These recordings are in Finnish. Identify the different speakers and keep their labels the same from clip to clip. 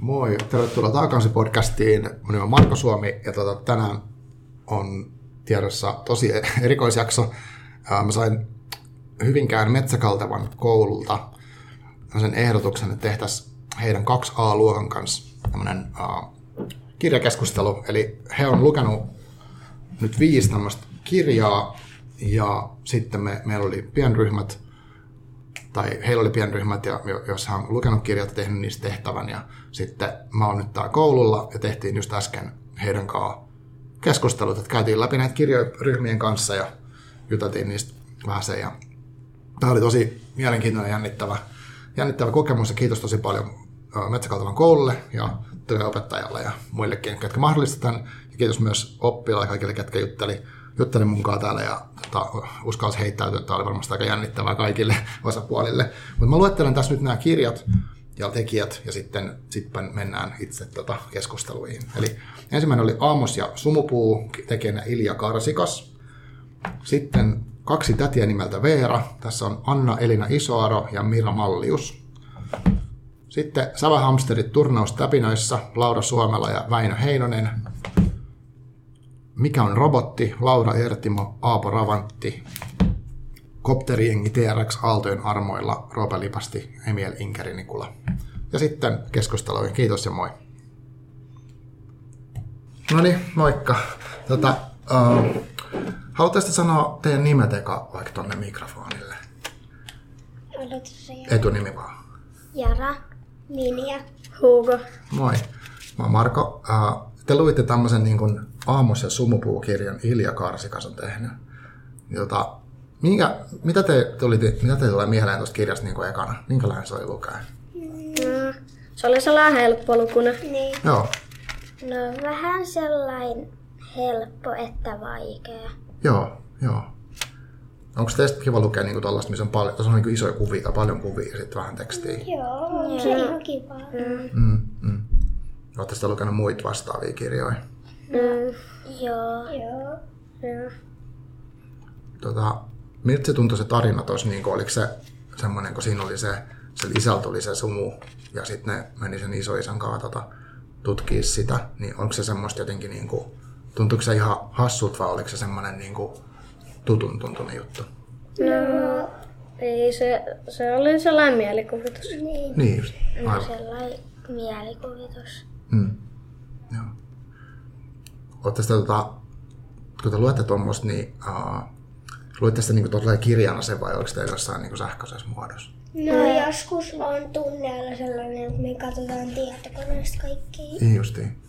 Speaker 1: Moi, tervetuloa Taakansi podcastiin. Mun nimi on Marko Suomi ja tota, tänään on tiedossa tosi erikoisjakso. Ää, Mä sain Hyvinkään metsäkaltavan koululta sen ehdotuksen, että tehtäisiin heidän 2A-luokan kanssa tämmöinen kirjakeskustelu. Eli he on lukenut nyt viisi tämmöistä kirjaa ja sitten me, meillä oli pienryhmät tai heillä oli pienryhmät, ja jo- jos hän on lukenut kirjat ja tehnyt niistä tehtävän, ja sitten mä oon nyt täällä koululla, ja tehtiin just äsken heidän kanssaan keskustelut, että käytiin läpi näitä kirjoja ryhmien kanssa, ja juteltiin niistä vähän se, ja tämä oli tosi mielenkiintoinen ja jännittävä, jännittävä kokemus, ja kiitos tosi paljon ö, Metsäkaltavan koululle ja työopettajalle ja muillekin, ketkä mahdollistivat tämän, ja kiitos myös oppilaille kaikille, ketkä jutteli, jutteli munkaan täällä ja tota, uskalsi heittäytyä, tämä oli varmasti aika jännittävää kaikille osapuolille. Mutta mä luettelen tässä nyt nämä kirjat ja tekijät, ja sitten, sitten mennään itse tota keskusteluihin. Eli ensimmäinen oli Aamos ja Sumupuu, tekijänä Ilja Karsikas. Sitten kaksi tätiä nimeltä Veera. Tässä on Anna Elina Isoaro ja Mira Mallius. Sitten Sävähamsterit turnaus täpinöissä, Laura Suomela ja Väinö Heinonen. Mikä on robotti, Laura Ertimo, Aapo Ravantti. Kopteriengi TRX Aaltojen armoilla, Roope Lipasti, Emil Inkerinikula. Ja sitten keskusteluihin. Kiitos ja moi. No niin, moikka. Tota, uh, Haluaisitko sanoa teidän nimet eka vaikka tonne mikrofonille?
Speaker 2: Odotus ja
Speaker 1: Etunimi vaan.
Speaker 2: Jara, Minja, Hugo.
Speaker 1: Moi. Mä oon Marko. Ää, Te luitte tämmöisen niin kuin Aamos- ja Sumupuukirjan Ilja Karsikas on tehnyt. Jota, minkä, mitä, te tuli, mitä te tulee mieleen tuosta kirjasta niin kuin ekana? Minkälainen se oli lukea?
Speaker 3: Mm. Se oli sellainen helppolukunen.
Speaker 2: Niin.
Speaker 1: Joo.
Speaker 2: No vähän sellainen helppo, että vaikea.
Speaker 1: Joo, joo. Onko teistä kiva lukea niin tuollaista, missä on paljon, tuossa on niin isoja kuvia, paljon kuvia ja sitten vähän tekstiä?
Speaker 2: Joo, on se ihan kiva. Mm.
Speaker 1: Mm, mm. Oletteko te lukenut muita vastaavia kirjoja?
Speaker 3: Mm.
Speaker 2: Joo. Joo.
Speaker 1: tota, miltä se tuntui se tarina tuossa, niin oliko se semmoinen, kun siinä oli se, se isällä tuli se sumu ja sitten ne meni sen isoisän kanssa tota, tutkii sitä, niin onko se semmoista jotenkin, niin kuin, tuntuiko se ihan hassut vai oliko se semmoinen niin kuin, tutun tuntunen juttu?
Speaker 3: No, ei se, se oli sellainen mielikuvitus.
Speaker 2: Niin.
Speaker 1: Niin just,
Speaker 2: No
Speaker 1: aivan.
Speaker 2: sellainen mielikuvitus.
Speaker 1: Mm. Joo. Ootte sitä, tota, kun te luette tuommoista, niin uh, luitte sitä niin kuin, kirjana sen vai oliko teillä jossain niin kuin, sähköisessä muodossa?
Speaker 2: No joskus on tunneilla sellainen, että me katsotaan tietokoneesta kaikki.
Speaker 1: Niin justiin.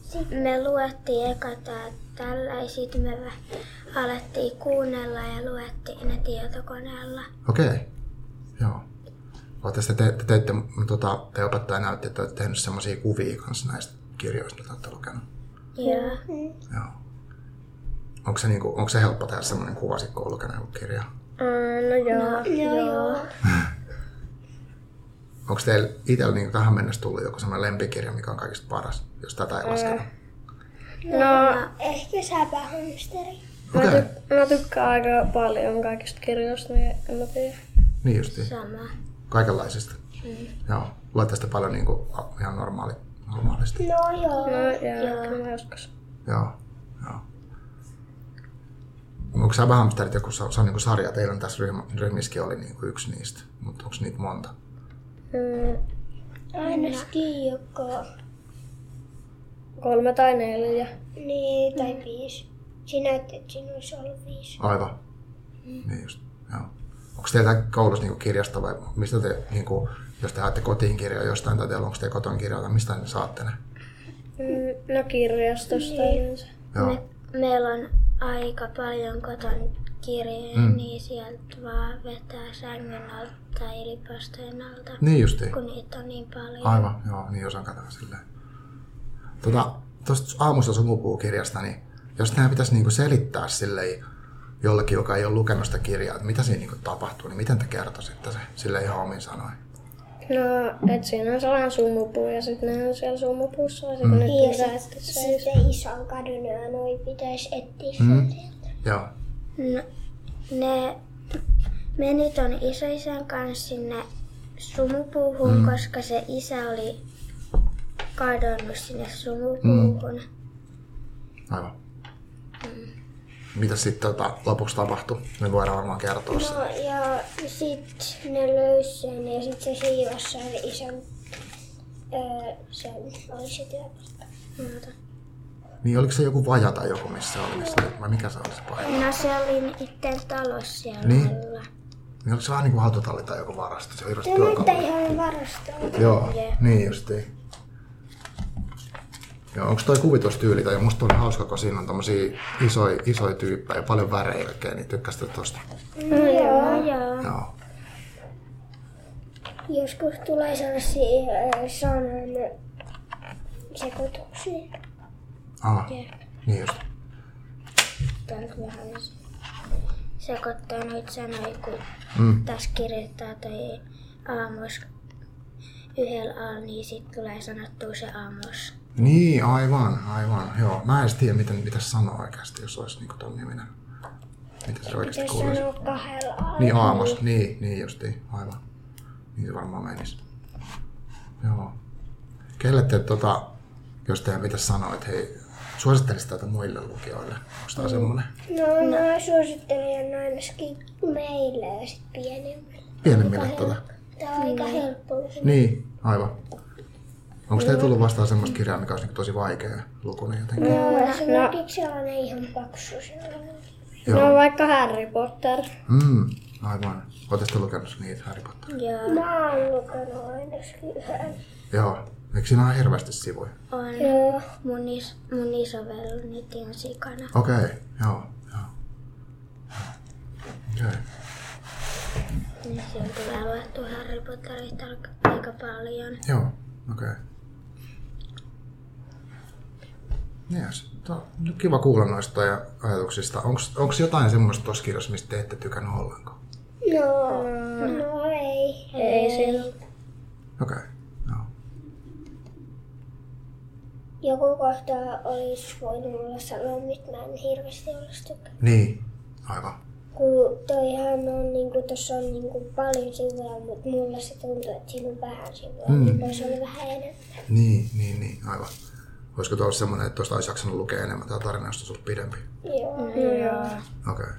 Speaker 2: Me luettiin eka tää tällaisia, sitten me vähän alettiin kuunnella ja luettiin ne tietokoneella.
Speaker 1: Okei, joo. Olette sitten te, te, teitte, mm, tota, te opettaja näytti, että olette tehnyt semmoisia kuvia kanssa näistä kirjoista, mitä olette lukenut.
Speaker 2: Joo.
Speaker 1: Joo. Onko se, niinku, onko se helppo tehdä semmoinen kuva, sit, kun on lukenut jonkun kirjaa?
Speaker 3: Mm, no joo.
Speaker 2: Joo, joo.
Speaker 1: Onko teillä itsellä niinku, tähän mennessä tullut joku semmoinen lempikirja, mikä on kaikista paras, jos tätä ei lasketa?
Speaker 3: No,
Speaker 2: Ehkä säpähamsteri.
Speaker 1: Okei, okay.
Speaker 3: mä tykkään aika paljon kaikista kirjoista, niin en mä tiedä.
Speaker 1: niin justiin.
Speaker 2: Sama.
Speaker 1: Kaikenlaisista. Mm. Joo. Luette sitä paljon niinku, a- ihan normaali, normaalisti.
Speaker 2: No joo.
Speaker 3: No joo, kyllä mä joskus.
Speaker 1: Joo, joo. Onko sä hamsterit joku sa, sa, niin sarja? Teillä on tässä ryhmä, ryhmissäkin oli niin kuin yksi niistä, mutta onko niitä monta?
Speaker 3: Mm,
Speaker 2: Ainakin joko
Speaker 3: kolme tai neljä.
Speaker 2: niin tai mm. viisi. Sinä ajattelet, että siinä olisi ollut viisi.
Speaker 1: Aivan. Mm. Niin just, joo. Onko teillä koulussa niin kirjasta vai mistä te, niin kuin, jos te haette kotiin kirjoja jostain tai teillä onko teillä koton kirjoja, tai mistä ne saatte ne?
Speaker 3: Mm, no kirjastosta
Speaker 2: Niin.
Speaker 3: yleensä.
Speaker 1: Joo,
Speaker 2: Meillä on aika paljon koton kirjoja, mm. niin sieltä vaan vetää sängyn alta tai ylipastojen alta,
Speaker 1: niin justiin.
Speaker 2: kun niitä on niin paljon.
Speaker 1: Aivan, joo, niin osaan katsoa silleen. Tuota, tuosta aamusta sumupuukirjasta, niin jos tämä pitäisi niinku selittää silleen jollekin, joka ei ole lukenut sitä kirjaa, että mitä siinä niinku tapahtuu, niin miten te kertoisitte se sille ihan omin sanoin?
Speaker 3: No, et siinä on sellainen summupuu ja sitten ne on siellä sumupuussa ja sitten mm. ne
Speaker 2: Niin,
Speaker 3: pitää,
Speaker 2: siis-
Speaker 3: että se ei...
Speaker 2: Sitten iso on kadonnut ja noi pitäisi etsiä mm.
Speaker 1: Joo,
Speaker 2: No, ne meni ton isoisän kanssa sinne sumupuuhun, mm. koska se isä oli kadonnut sinne sumupuuhun. Mm.
Speaker 1: Aivan. Mitä sitten tota, lopuksi tapahtui? Niin voidaan varmaan kertoa sen.
Speaker 2: No, ja sitten ne löysi sen ja sitten se hiivasi sen isän, öö, sen, oli se työpaikka.
Speaker 1: Niin oliko se joku vaja tai joku, missä oli? missä- Vai mikä se oli se paikka?
Speaker 2: No se oli itten talossa siellä
Speaker 1: Niin.
Speaker 2: alla.
Speaker 1: Niin oliko se vähän niin kuin autotalli tai joku varasto? Se on hirveästi
Speaker 2: Nyt
Speaker 1: työkaluja.
Speaker 2: ei ihan varastoa.
Speaker 1: Joo,
Speaker 2: Jee.
Speaker 1: niin justiin. Joo, onko toi kuvitustyyli, tai musta oli hauska, kun siinä on tommosia isoja isoi tyyppejä ja paljon värejä kaikkea, niin tykkäsit tosta.
Speaker 2: Mm, Joo, joo.
Speaker 1: Joo.
Speaker 2: Joskus tulee sellaisia öö, sanan sekoituksia.
Speaker 1: Ah, niin just.
Speaker 2: Tältä vähän sekoittaa noita sanoja, kun
Speaker 1: Mm.
Speaker 2: tässä kirjoittaa toi aamos yhdellä a, niin sit tulee sanottua se aamos.
Speaker 1: Niin, aivan, aivan. Joo, mä en edes tiedä, miten pitäisi sanoa oikeasti, jos olisi niinku ton niminen. Mitä se oikeasti kuuluisi?
Speaker 2: No, kahdella a.
Speaker 1: Niin aamos, niin, niin justiin, aivan. Niin se varmaan menisi. Joo. Kelle te, tota, jos teidän pitäisi sanoa, että hei, suosittelisi tätä muille lukijoille? Onko tämä semmoinen
Speaker 2: No, no, suosittelen ainakin meille ja sit pienemmille.
Speaker 1: pienemmille tota?
Speaker 2: Tää on aika helppo.
Speaker 1: Niin, aivan. Onko teillä tullut vastaan semmoista kirjaa, mikä olisi niinku tosi vaikea lukunen jotenkin?
Speaker 2: No, esimerkiksi sellainen ihan paksu sellainen.
Speaker 3: No
Speaker 1: Joo.
Speaker 3: vaikka Harry Potter.
Speaker 1: Mm, aivan. Oletteko te lukenut niitä Harry Potter?
Speaker 2: Joo. Mä oon lukenut ainakin yhden.
Speaker 1: Joo. Eikö siinä ole hirveästi sivuja?
Speaker 2: On. Joo. Mun, is, mun isovel on nyt ihan sikana.
Speaker 1: Okei, okay, joo, joo. Okei. Okay.
Speaker 2: Niin siellä tulee luettu Harry Potterista aika- aika paljon.
Speaker 1: Joo, okei. Okay. Yes. Niin, Tää on nyt kiva kuulla noista ja ajatuksista. Onko jotain semmoista tuossa kirjassa, mistä te ette tykännyt ollenkaan?
Speaker 2: No, no, no ei.
Speaker 3: Ei sillä.
Speaker 1: Okei, okay. joo.
Speaker 2: Joku kohta olisi voinut olla sanoa, mitä mä en hirveästi olisi tykännyt.
Speaker 1: Niin, aivan.
Speaker 2: Kun toihan on, niinku, tossa on niinku, paljon sivuja, mutta mulla se tuntuu, että siinä on vähän sivuja.
Speaker 1: Mm.
Speaker 2: Mm. Voisi olla vähän enemmän.
Speaker 1: Niin, niin, niin, aivan. Olisiko tuossa semmoinen, että tuosta olisi jaksanut lukea enemmän tämä tarina, jos olisi ollut pidempi?
Speaker 2: Joo. Mm.
Speaker 3: No joo.
Speaker 1: Okei. Okay.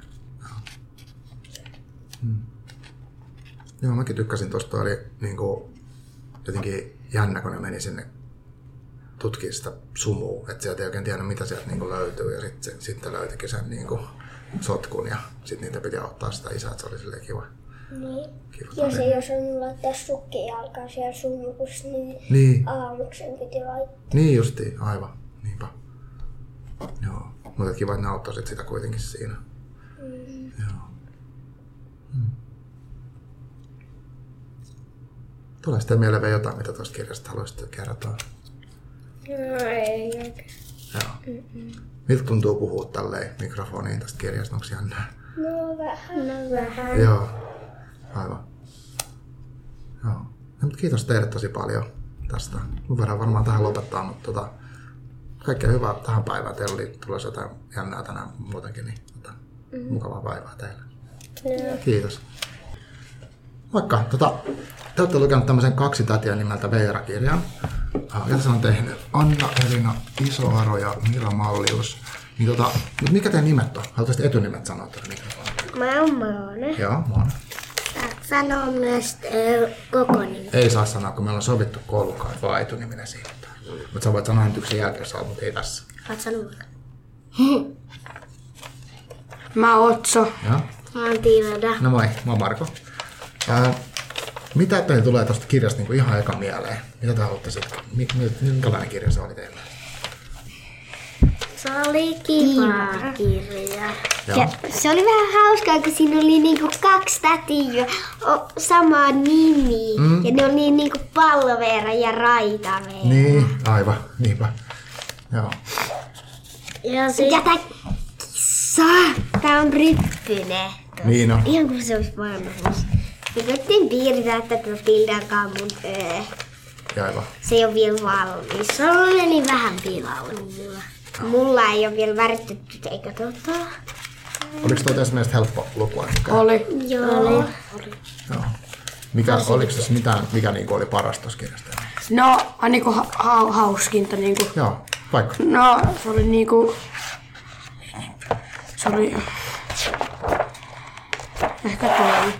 Speaker 1: Joo, mäkin tykkäsin tuosta. Oli niin kuin, jotenkin jännä, kun ne meni sinne tutkimaan sitä sumua. Että sieltä ei oikein tiennyt, mitä sieltä niin kuin löytyy. Ja sitten sit löytikin sen niin kuin, sotkun. Ja sitten niitä piti auttaa sitä isää. että Se oli silleen kiva.
Speaker 2: Niin.
Speaker 1: kiva
Speaker 2: Ja se,
Speaker 1: tarina.
Speaker 2: jos on laittaa sukki jalkaan siellä sumukussa, niin
Speaker 1: Niin,
Speaker 2: aamuksen piti laittaa.
Speaker 1: niin justiin. Aivan. Niinpä. Joo. Mutta kiva, että ne auttoi sit sitä kuitenkin siinä. Joo. Mm. Tulee sitten mieleen vielä jotain, mitä tuosta kirjasta haluaisit kertoa.
Speaker 3: No ei oikein.
Speaker 1: Joo. Miltä tuntuu puhua tälleen mikrofoniin tästä kirjasta? Onko jännää?
Speaker 2: No vähän. No vähän.
Speaker 1: Joo. Aivan. Joo. No, mutta kiitos teille tosi paljon tästä. Mun voidaan varmaan tähän lopettaa, mutta tota, kaikkea hyvää tähän päivään. Teillä oli tulossa jotain jännää tänään muutenkin, niin tota,
Speaker 2: Mm-hmm.
Speaker 1: mukavaa päivää teille. Kiitos. Moikka. Tota, te olette lukenut tämmöisen kaksi tätiä nimeltä Veera-kirjan. Ah, Jota se on tehnyt Anna, Elina, Isoaro ja Mira Mallius. Niin tota, mut mikä teidän nimet on? Haluaisitko etunimet sanoa tätä mikrofonia?
Speaker 2: Mä oon Moone.
Speaker 1: Joo, mä oon.
Speaker 2: Sanoo myös kokonin.
Speaker 1: Ei saa sanoa, kun meillä on sovittu koulukaan, vaan etuniminen siirretään. Mutta sä voit sanoa nyt sen jälkeen, jos haluat, mutta ei tässä.
Speaker 2: Oot sanonut.
Speaker 4: Mä oon Otso.
Speaker 1: Joo.
Speaker 2: Mä oon Tiiveda.
Speaker 1: No moi, mä oon Marko. Ää, mitä teille tulee tuosta kirjasta niinku ihan eka mieleen? Mitä te haluatte sitten? Mi- mi- minkälainen kirja se oli teillä?
Speaker 2: Se oli kiva kirja.
Speaker 1: Joo.
Speaker 4: Ja se oli vähän hauskaa, kun siinä oli niinku kaksi tätiä o- samaa nimi. Mm. Ja ne oli niinku Palloveera ja Raitaveera.
Speaker 1: Niin, aivan, niinpä. Joo,
Speaker 2: Ja
Speaker 4: Niin.
Speaker 2: sit
Speaker 4: Ja tää kissa, tää on ryppyne.
Speaker 1: niin on.
Speaker 4: Ihan kuin se olisi vanhus. Me koettiin piirtää tätä Tildankaan, mutta öö,
Speaker 1: Ja aivan.
Speaker 4: se ei ole vielä valmis. Se on meni vähän pilaudulla. Mulla ei ole vielä väritetty, eikä tota.
Speaker 1: Oliko tuo teistä mielestä helppo lukua?
Speaker 4: Oli. Joo. Oli.
Speaker 1: Joo. Mikä, oliko tässä mitään, mikä niinku oli paras tuossa kirjasta?
Speaker 5: No, on niinku ha- ha- hauskinta niinku.
Speaker 1: Joo, vaikka.
Speaker 5: No, se oli niinku... Se oli... Ehkä toi.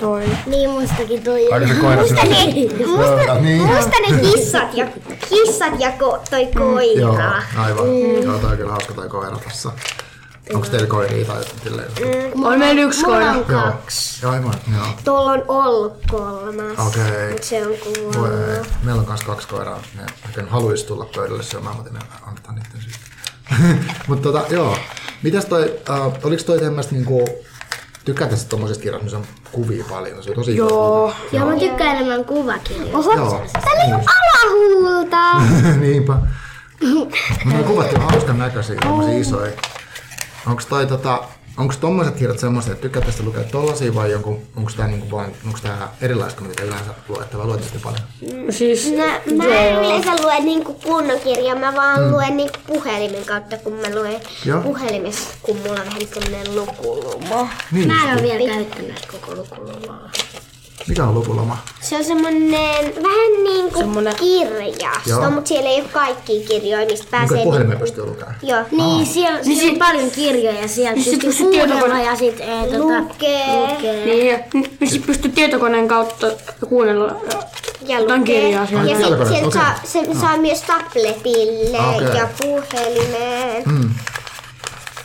Speaker 5: Toi.
Speaker 2: Niin mustakin tuli.
Speaker 1: Aika se koira sinä.
Speaker 2: Musta,
Speaker 1: Niin. Mm.
Speaker 2: musta ne kissat ja, kissat ja ko, toi koira. Mm.
Speaker 1: Joo, aivan. Joo, toi on kyllä hauska toi koira tässä. Onko teillä koiria tai silleen?
Speaker 5: On meillä yksi koira.
Speaker 2: Mulla on
Speaker 1: Joo.
Speaker 2: kaksi.
Speaker 1: Joo, aivan, joo.
Speaker 2: Tuolla on ollut kolmas.
Speaker 1: Okei.
Speaker 2: Mut se on kuollut.
Speaker 1: Voi ei. Meillä on myös kaksi koiraa. Ne oikein haluaisi tulla pöydälle syömään, mutta ne antaa niiden syystä. mutta tota, joo. Mitäs toi, äh, oliko toi tämmöistä niinku, tykkää tästä tommosista kirjasta, missä on kuvia paljon. Se on tosi
Speaker 5: Joo.
Speaker 6: Joo, mä tykkään enemmän kuvakirjoja.
Speaker 2: Oho,
Speaker 1: Joo.
Speaker 2: täällä ei ole alahuulta.
Speaker 1: Niinpä. Mutta ne kuvat on hauskan näköisiä,
Speaker 2: Oh.
Speaker 1: tommosia isoja. Onko toi tota, onko tommoset kirjat semmoisia, että tykkää tästä lukea tollasia vai jonkun, onko tää niinku vaan, onko tää erilaista kuin mitä yleensä luette vai luette sitä paljon?
Speaker 5: Siis...
Speaker 2: Mä, mä en yleensä lue niinku kunnon kirjaa, mä vaan mm. luen niinku puhelimen kautta, kun mä luen
Speaker 1: Joo.
Speaker 2: Joo. puhelimessa, kun mulla on vähän semmonen lukulumo.
Speaker 1: Niin,
Speaker 6: Mä en ole vielä käyttänyt koko lukuluvaa.
Speaker 1: mikä on lukuloma?
Speaker 2: Se on semmonen vähän niinku
Speaker 5: Semmonen-
Speaker 2: kirjasto,
Speaker 1: Joo. Niin
Speaker 2: mutta siellä ei ole kaikki kirjoja, mistä pääsee...
Speaker 1: Mikä puhelimen
Speaker 2: niinku-
Speaker 1: pystyy lukemaan?
Speaker 2: Joo.
Speaker 6: Niin, siellä, siellä on paljon kirjoja ja
Speaker 2: niin
Speaker 6: siellä
Speaker 5: sit
Speaker 6: pystyy
Speaker 5: pystyy tietokone-
Speaker 6: kuulemaan ja sit ee, tota,
Speaker 2: Lukee.
Speaker 6: lukee.
Speaker 5: Niin, ja n- niin sit pystyy tietokoneen kautta kuunnella.
Speaker 2: Ja
Speaker 5: Jotain
Speaker 2: lukee.
Speaker 5: kirjaa
Speaker 2: Ja
Speaker 5: siellä.
Speaker 1: Ai,
Speaker 2: sitten
Speaker 1: tietokoneesta,
Speaker 2: sieltä
Speaker 1: okei. Ah.
Speaker 2: saa, se saa myös tabletille
Speaker 1: Okei.
Speaker 2: ja puhelimeen.
Speaker 1: Mm.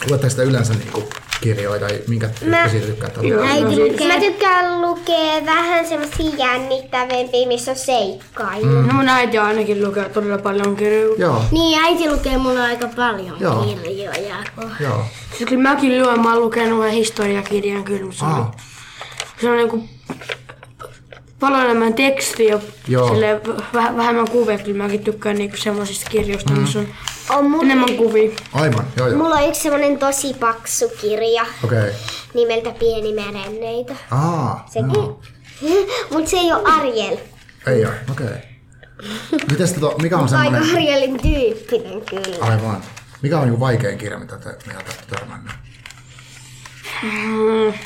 Speaker 1: Luetteko sitä yleensä niinku kirjoja tai minkä tyyppisiä tykkäätte lukea?
Speaker 5: No siis-
Speaker 2: Mä tykkään lukea vähän semmosia jännittävämpiä, missä on
Speaker 1: Mm.
Speaker 2: seikkailua.
Speaker 5: No mun äiti ainakin lukee todella paljon kirjoja.
Speaker 1: Joo,
Speaker 6: Niin, äiti lukee mulle aika paljon
Speaker 1: Joo.
Speaker 2: Niin.
Speaker 6: kirjoja.
Speaker 1: joo.
Speaker 5: Siis kyllä mäkin lyön, mä oon lukenut yhden historiakirjan kyllä, mutta se on,
Speaker 1: Aa,
Speaker 5: se on niinku paljon enemmän tekstiä ja
Speaker 1: Joo.
Speaker 5: silleen väh- vähemmän kuvia. Kyllä mäkin tykkään niinku semmosista kirjoista, missä
Speaker 1: Mm.
Speaker 5: on
Speaker 2: On mun,
Speaker 5: enemmän kuvia.
Speaker 1: aivan, joo joo.
Speaker 2: mulla on yksi semmonen tosi paksu kirja
Speaker 1: Okei.
Speaker 2: nimeltä Pieni merenneitä.
Speaker 1: Aa, no,
Speaker 2: Se,
Speaker 1: Mm.
Speaker 2: Mut se ei oo Arjel.
Speaker 1: ei oo, okei. Mites tota, mikä on
Speaker 2: Aika
Speaker 1: semmonen...
Speaker 2: Arjelin tyyppinen kyllä.
Speaker 1: Aivan. Mikä on niinku vaikein kirja, mitä te, mitä te olette törmännyt?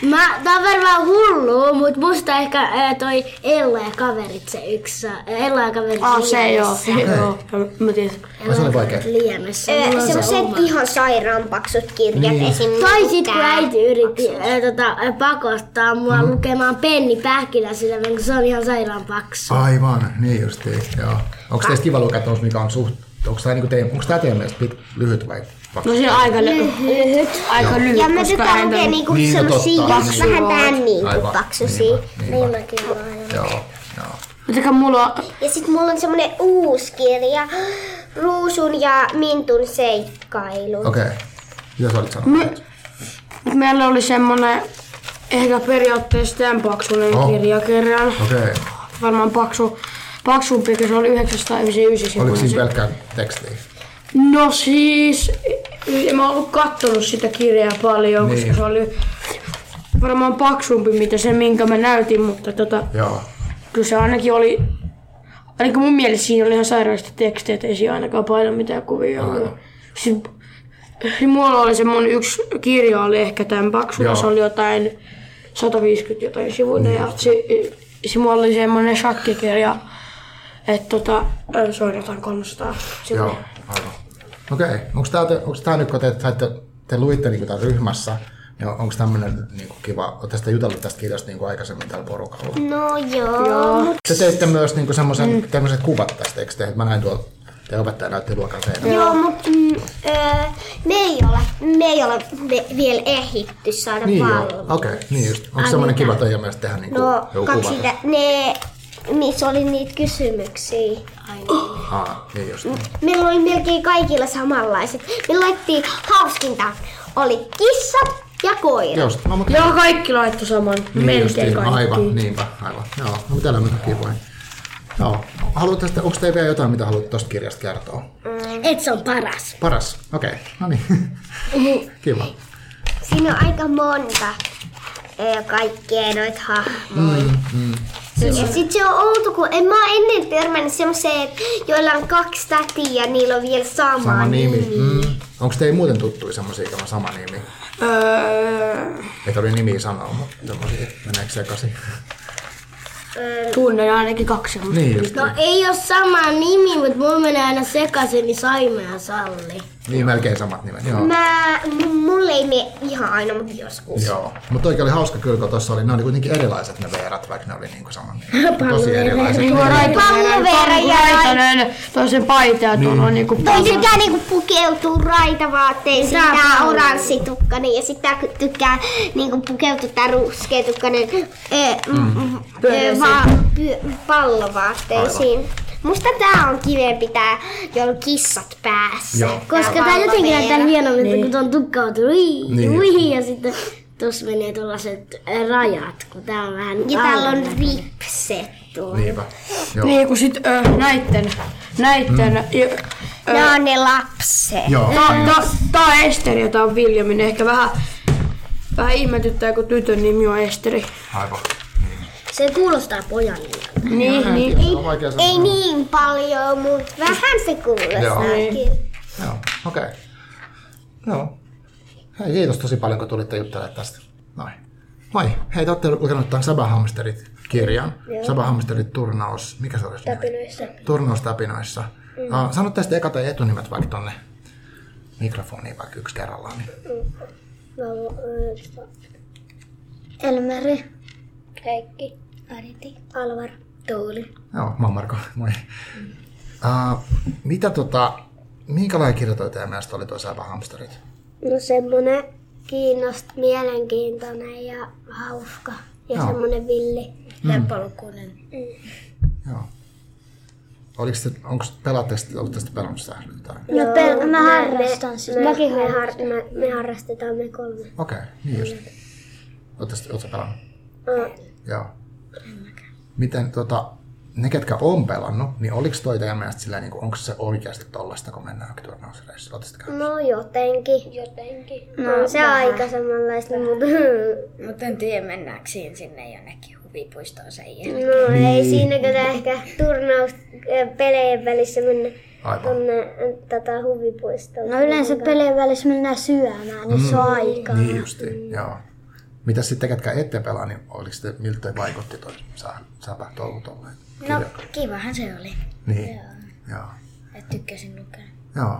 Speaker 6: Mä, tää on varmaan hullua, mut musta ehkä ää, toi Ella ja kaverit se yksi, saa- Ella ja kaverit
Speaker 5: Aa, se
Speaker 6: liemessä.
Speaker 5: joo, se joo. Ja mä- Mä tiedän.
Speaker 1: Ai se oli vaikea.
Speaker 6: Liemessä.
Speaker 2: Öö,
Speaker 6: Mulla on se
Speaker 2: Semmoset
Speaker 6: oma.
Speaker 2: ihan sairaan paksut kirjat
Speaker 1: Niin.
Speaker 2: esim.
Speaker 6: Tai sit kun äiti yritti ää, tota, ää, pakottaa mua
Speaker 1: Mm.
Speaker 6: lukemaan Penni Pähkinä sillä, kun se on ihan sairaan paksu.
Speaker 1: Aivan, niin justiin, joo. Onks teistä kiva lukea tommos, mikä on suht... Onks tää niinku teidän, onks tää teidän mielestä pit, lyhyt vai paksu?
Speaker 5: No se on aika lyhyt. Aika lyhyt,
Speaker 2: Ja mä
Speaker 5: koska
Speaker 2: tykkään
Speaker 5: ääntä-
Speaker 2: lukea niinku
Speaker 1: Niin, no
Speaker 2: semmosia
Speaker 1: totta,
Speaker 2: just
Speaker 1: niin.
Speaker 2: vähän tän niinku
Speaker 1: Aivan,
Speaker 2: paksusia.
Speaker 1: niinpä, niinpä. Joo, joo.
Speaker 5: Mitenkä mulla on...
Speaker 2: Ja sit mulla on semmonen uusi kirja, Ruusun ja Mintun seikkailu.
Speaker 1: Okei. Mitä sä olit sanonut?
Speaker 5: Me, meillä oli semmonen ehkä periaatteessa tämän paksunen
Speaker 1: Oh.
Speaker 5: oh. kirjakerran.
Speaker 1: Okei.
Speaker 5: Varmaan paksu, paksumpi, kun se oli 999. se
Speaker 1: Oliko
Speaker 5: kokoinen.
Speaker 1: siinä pelkkää tekstiä?
Speaker 5: No siis, en mä ollut kattonut sitä kirjaa paljon, niin.
Speaker 1: Niin.
Speaker 5: koska se oli varmaan paksumpi, mitä se, minkä mä näytin, mutta tota,
Speaker 1: Joo.
Speaker 5: kyllä se ainakin oli, ainakin mun mielestä siinä oli ihan sairaasti tekstejä, että ei siinä ainakaan paljon mitään kuvia ollut.
Speaker 1: Aivan.
Speaker 5: Siis, niin mulla oli semmonen yksi kirja oli ehkä tämän paksuna,
Speaker 1: Joo. Niin
Speaker 5: se oli jotain 150 jotain sivuja ja se, se mulla oli semmonen shakkikirja, että tota, se on jotain 300 sivua.
Speaker 1: Joo, aivan. Okei, onko tämä, onko tämä nyt, kun te, saitte, te luitte niin tämän ryhmässä, niin onko tämmöinen niin kiva, olette sitä jutellut tästä kirjasta niin aikaisemmin tällä porukalla?
Speaker 2: No joo. joo.
Speaker 1: Te teitte myös niin semmoisen, mm. tämmöiset kuvat tästä, eikö te? Mä näin tuolla, te opettaja näytti luokan seinällä.
Speaker 2: Joo, mutta mm, öö, me ei ole, me ei ole ve- vielä ehitty saada
Speaker 1: Niin joo,
Speaker 2: valmiiksi.
Speaker 1: okei, niin just. Onko semmoinen kiva teidän mielestä tehdä niin
Speaker 2: No,
Speaker 1: joku
Speaker 2: kaksi
Speaker 1: kuva?
Speaker 2: sitä, ne, niissä oli niitä kysymyksiä.
Speaker 1: Aa, niin just.
Speaker 2: Meillä oli melkein kaikilla samanlaiset. Me laittiin hauskinta. Oli kissa ja koira.
Speaker 1: Just, no, mutta
Speaker 5: Joo, kaikki laittoi saman. Niin
Speaker 1: Niin
Speaker 5: Melkein
Speaker 1: justiin,
Speaker 5: kaikki.
Speaker 1: aivan, niinpä, aivan. Joo, no mutta täällä on nyt kivoja. Joo, haluatte, onko teillä vielä jotain, mitä haluatte tuosta kirjasta kertoa?
Speaker 6: Et se on paras.
Speaker 1: Paras, okei, no niin. Kiva.
Speaker 2: Siinä on aika monta öö, kaikkea noita hahmoja. Mm, mm. Ja sit se on outo, kun en mä oo ennen törmännyt semmoiseen, joilla on kaksi tätiä ja niillä on vielä sama,
Speaker 1: Sama
Speaker 2: nimi.
Speaker 1: nimi. Mm. Onko teillä muuten tuttuja semmosia, joilla on sama nimi?
Speaker 5: Öö,
Speaker 7: Öö,
Speaker 1: Niin Ei tarvi nimiä sanoa, mutta semmosia. Meneekö sekaisin?
Speaker 5: Tunnen ainakin kaksi semmoista.
Speaker 1: Niin just.
Speaker 3: No ei ole sama nimi, mutta mulla menee aina sekaisin, niin Saime ja Salli.
Speaker 1: Niin melkein samat nimet, joo.
Speaker 4: Mä, m- mulle ei mene ihan aina, mutta joskus.
Speaker 1: Joo, mutta oikein oli hauska kyllä, kun tuossa oli, ne oli kuitenkin erilaiset ne veerat, vaikka ne oli niinku saman. Tosi erilaiset.
Speaker 5: Tuo Raitanen,
Speaker 4: Palloveera ja-
Speaker 5: Raitanen, toi sen paita ja tuolla
Speaker 1: Niin.
Speaker 5: on niinku
Speaker 4: Toi tykkää niinku pukeutua raitavaatteisiin, tää, oranssitukkainen ja sit tää tykkää niinku pukeutua tää ruskeatukkainen mm. va- py- pallovaatteisiin. Musta tää on kivempi tää, jolla on kissat päässä.
Speaker 1: Joo.
Speaker 3: Koska tää jotenkin näyttää hienommin, niin. kun on tukkautunut. Ui,
Speaker 1: Niin.
Speaker 3: niin. ui, ja sitten tossa menee tuollaiset äh, rajat, kun tää on vähän...
Speaker 4: Ja täällä on
Speaker 3: auennut.
Speaker 4: ripset tuolla.
Speaker 1: Niinpä. Joo.
Speaker 5: Niin kun sit ö, näitten, näitten, mm.
Speaker 4: Nää on ne lapset.
Speaker 1: Joo. Mm.
Speaker 5: Tää, tää, tää on Esteri ja tää on Viljamin. Ehkä vähän, vähän ihmetyttää, kun tytön nimi on Esteri.
Speaker 1: Aivan.
Speaker 3: Se kuulostaa pojan nimeltä.
Speaker 5: Niin, niin.
Speaker 1: Ei, on vaikea sanoa.
Speaker 4: Ei niin paljon, mutta vähän se kuulostaa.
Speaker 1: Joo.
Speaker 3: Niin.
Speaker 4: kyllä.
Speaker 1: Joo, okei. Okay. Joo. Hei, kiitos tosi paljon, kun tulitte juttelemaan tästä. Noin. Moi. Hei, te olette lukenut tämän Säbähamsterit kirjan. Säbähamsterit turnaus. Mikä se olisi? Täpinöissä. Turnaus täpinöissä. Mm. Uh, sano tästä eka tai etunimet vaikka tonne mikrofoniin vaikka yksi kerrallaan. Niin.
Speaker 2: Elmeri. Heikki. Aniti. Alvar. Tuuli.
Speaker 1: Joo, mä oon Marko. Moi. Uh, mitä tota, minkälainen kirja toi teidän mielestä oli toi Säbähamsterit?
Speaker 2: No semmonen kiinnost, mielenkiintoinen ja hauska. Ja
Speaker 1: Joo.
Speaker 2: semmonen villi.
Speaker 3: Leppalukunen.
Speaker 1: Joo. Oliko te, onko pelaatte, olette tästä pelannut sitä nyt tai?
Speaker 2: No, pel- mä harrastan
Speaker 7: Siis
Speaker 2: sitä. Mäkin me, har- me, me harrastetaan me kolme.
Speaker 1: Okei, okay, niin just. Ootte sit- Ootte pelannut? Joo. Miten tota, ne ketkä on pelannut, niin oliko toi teidän mielestä sillä, niin onko se oikeasti tollasta, kun mennään johonkin turnausreissuun? Ootte sitä käynyt?
Speaker 2: No jotenkin. Jotenkin. No, no se aika samanlaista, mutta
Speaker 7: Mutta en tiedä, mennäänkö siinä sinne jonnekin huvipuistoon sen jälkeen.
Speaker 2: no ei siinäkö ehkä turnauspelejen välissä mennä
Speaker 1: Aivan.
Speaker 2: tonne äh, tätä huvipuistoon.
Speaker 3: No yleensä pelien välissä mennään syömään, niin mm. se on aika.
Speaker 1: Niin justiin, joo. Mitä sitten ketkä ette pelaa, niin oliko te, miltä toi vaikutti toi sä, säpä touhu tolleen?
Speaker 7: No, kivahan se oli.
Speaker 1: Niin, joo.
Speaker 7: Et tykkäsin lukea.
Speaker 1: Joo.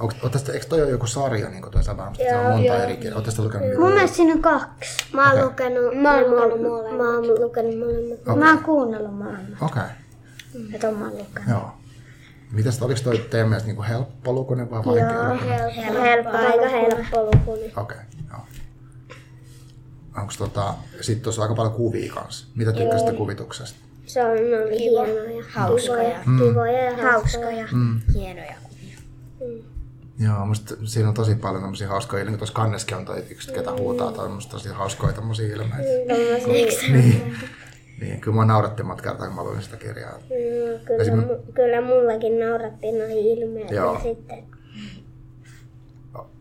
Speaker 1: Onko, ootte, eikö toi ole joku sarja, niin kuin toi säpä, se on monta eri kirjaa? Ootte sitä lukenut?
Speaker 2: Mun mielestä siinä on kaksi. Mä oon
Speaker 1: Okei.
Speaker 2: lukenut, mä oon lukenut molemmat. Mä oon lukenut molemmat.
Speaker 1: Okei.
Speaker 3: Mä oon kuunnellut maailmaa,
Speaker 1: Okei. Okay.
Speaker 2: Mm.
Speaker 3: että on mä oon lukenut.
Speaker 1: Joo. Mitäs, oliko toi teidän mielestä niinku helppo lukunen vai vaikea lukunen?
Speaker 2: Helppo. helppo. Aika helppo lukunen.
Speaker 1: Okei, okay, joo. Onko tota, sit tuossa aika paljon kuvia kanssa. Mitä tykkäsit kuvituksesta?
Speaker 2: Se on ne oli hienoja.
Speaker 7: Hauskoja.
Speaker 1: Mm.
Speaker 2: Kivoja ja hauskoja.
Speaker 7: Hienoja kuvia.
Speaker 1: Joo, musta siinä on tosi paljon tämmöisiä hauskoja, niin kuin tuossa kanneskin on toi yksi, ketä huutaa, tai on musta tosi hauskoja tämmöisiä ilmeitä.
Speaker 2: Tommosia-
Speaker 1: Niin, kyllä mua nauratti monta kertaa, kun mä luin sitä kirjaa.
Speaker 2: Mm,
Speaker 1: Esim-
Speaker 2: Kyllä, mu- kyllä mullakin naurattiin noihin
Speaker 1: Joo.
Speaker 2: ilmeisiin sitten.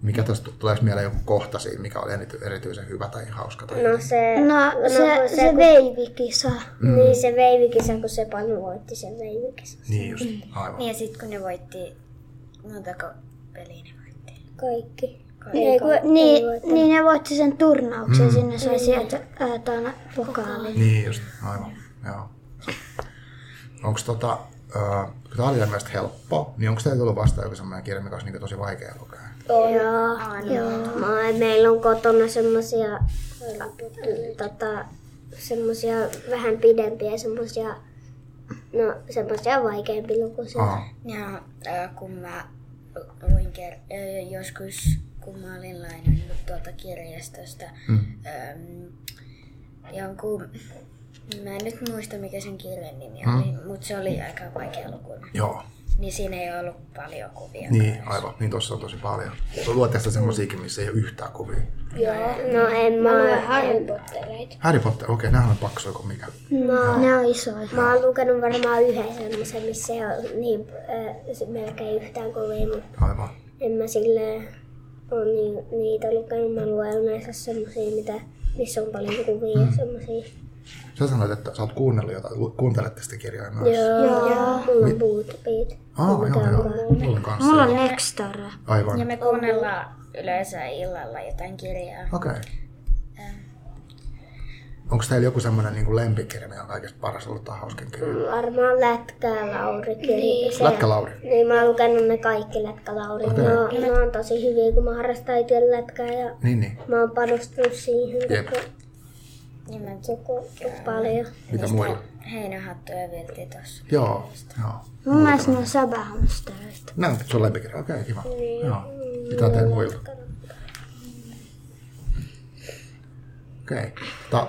Speaker 1: Mikä tästä tuleeko mieleen joku kohta siinä, mikä oli erity- erityisen hyvä tai hauska? Tai
Speaker 2: No se,
Speaker 3: No,
Speaker 2: kun
Speaker 3: se, se
Speaker 2: kun-
Speaker 3: veivikisa.
Speaker 1: Mm.
Speaker 2: Niin se veivikisa, kun se panu voitti sen veivikisa.
Speaker 1: Niin just, aivan.
Speaker 7: Niin ja sit kun ne voitti, montako peliä ne voitti?
Speaker 2: Kaikki.
Speaker 3: Ei, kun, niin, niin ne voitti sen turnauksen, mm. sinne sai sieltä ää, tuon pokaalin.
Speaker 1: Niin just, aivan, joo. Onko tota, äh, kun tämä oli mielestä helppo, niin onko teillä tullut vastaan joku sellainen kirja, mikä olisi niinku tosi vaikea lukea?
Speaker 2: On. Joo. Joo. Mä, meillä on kotona semmosia, tota, semmosia vähän pidempiä, semmosia, no semmosia vaikeampi lukuisia.
Speaker 1: Aha,
Speaker 7: Ja äh, kun mä luin ker- äh, joskus, kun mä olin lainannut tuolta kirjastosta mm. ähm, jonkun, mä en nyt muista mikä sen kirjan nimi oli, mm. mutta se oli aika vaikea lukuinen.
Speaker 1: joo.
Speaker 7: Niin siinä ei ollut paljon kuvia.
Speaker 1: Niin, aivan. Niin tuossa on tosi paljon. Luotte sitä semmoisiakin, missä ei ole yhtään kuvia.
Speaker 2: No en mä,
Speaker 1: Harry Potter, okei, okay, nämä on paksuja kuin mikä.
Speaker 2: No, ne on isoja. Mä oon lukenut varmaan yhden semmoisen, missä ei ole niin, äh, se- melkein yhtään kovia, mutta
Speaker 1: Aivan.
Speaker 2: en mä silleen ole ni, niitä lukenut. Mä luen yleensä semmosia, mitä, missä on paljon kuvia ja semmosia.
Speaker 1: Sä sanoit, että sä oot kuunnellut jotain, lu- kuuntelette sitä kirjaa myös.
Speaker 2: Joo. Mulla on BootBeat.
Speaker 1: Ah, joo, joo. Mulla on kanssa.
Speaker 3: Mulla
Speaker 1: joo.
Speaker 3: on Nextara.
Speaker 1: Aivan.
Speaker 7: Ja me kuunnellaan yleensä illalla jotain kirjaa.
Speaker 1: Okei. Onko teillä joku semmoinen niin lempikirja, mikä on kaikista paras ollut tai hauskin kirja?
Speaker 2: Varmaan Lätkää Lauri kirjoitus.
Speaker 1: Lätkä Lauri.
Speaker 2: Niin mä oon lukenut ne kaikki Lätkä Lauri.
Speaker 1: Okei.
Speaker 2: Ne, on, ne on tosi hyviä, kun mä harrastan itse lätkää ja
Speaker 1: Niin, niin.
Speaker 2: mä oon panostanut siihen
Speaker 1: Jep.
Speaker 2: koko,
Speaker 7: Ja mä
Speaker 2: koko, koko paljon.
Speaker 1: Mitä muilla?
Speaker 7: heinähattuja vilti tossa.
Speaker 1: Joo, joo.
Speaker 2: Mun mielestä ne on sabahamsterit.
Speaker 1: Näytä sun lempikirja, okei, kiva. Joo. Mitä teet muilla? Okei. Tota,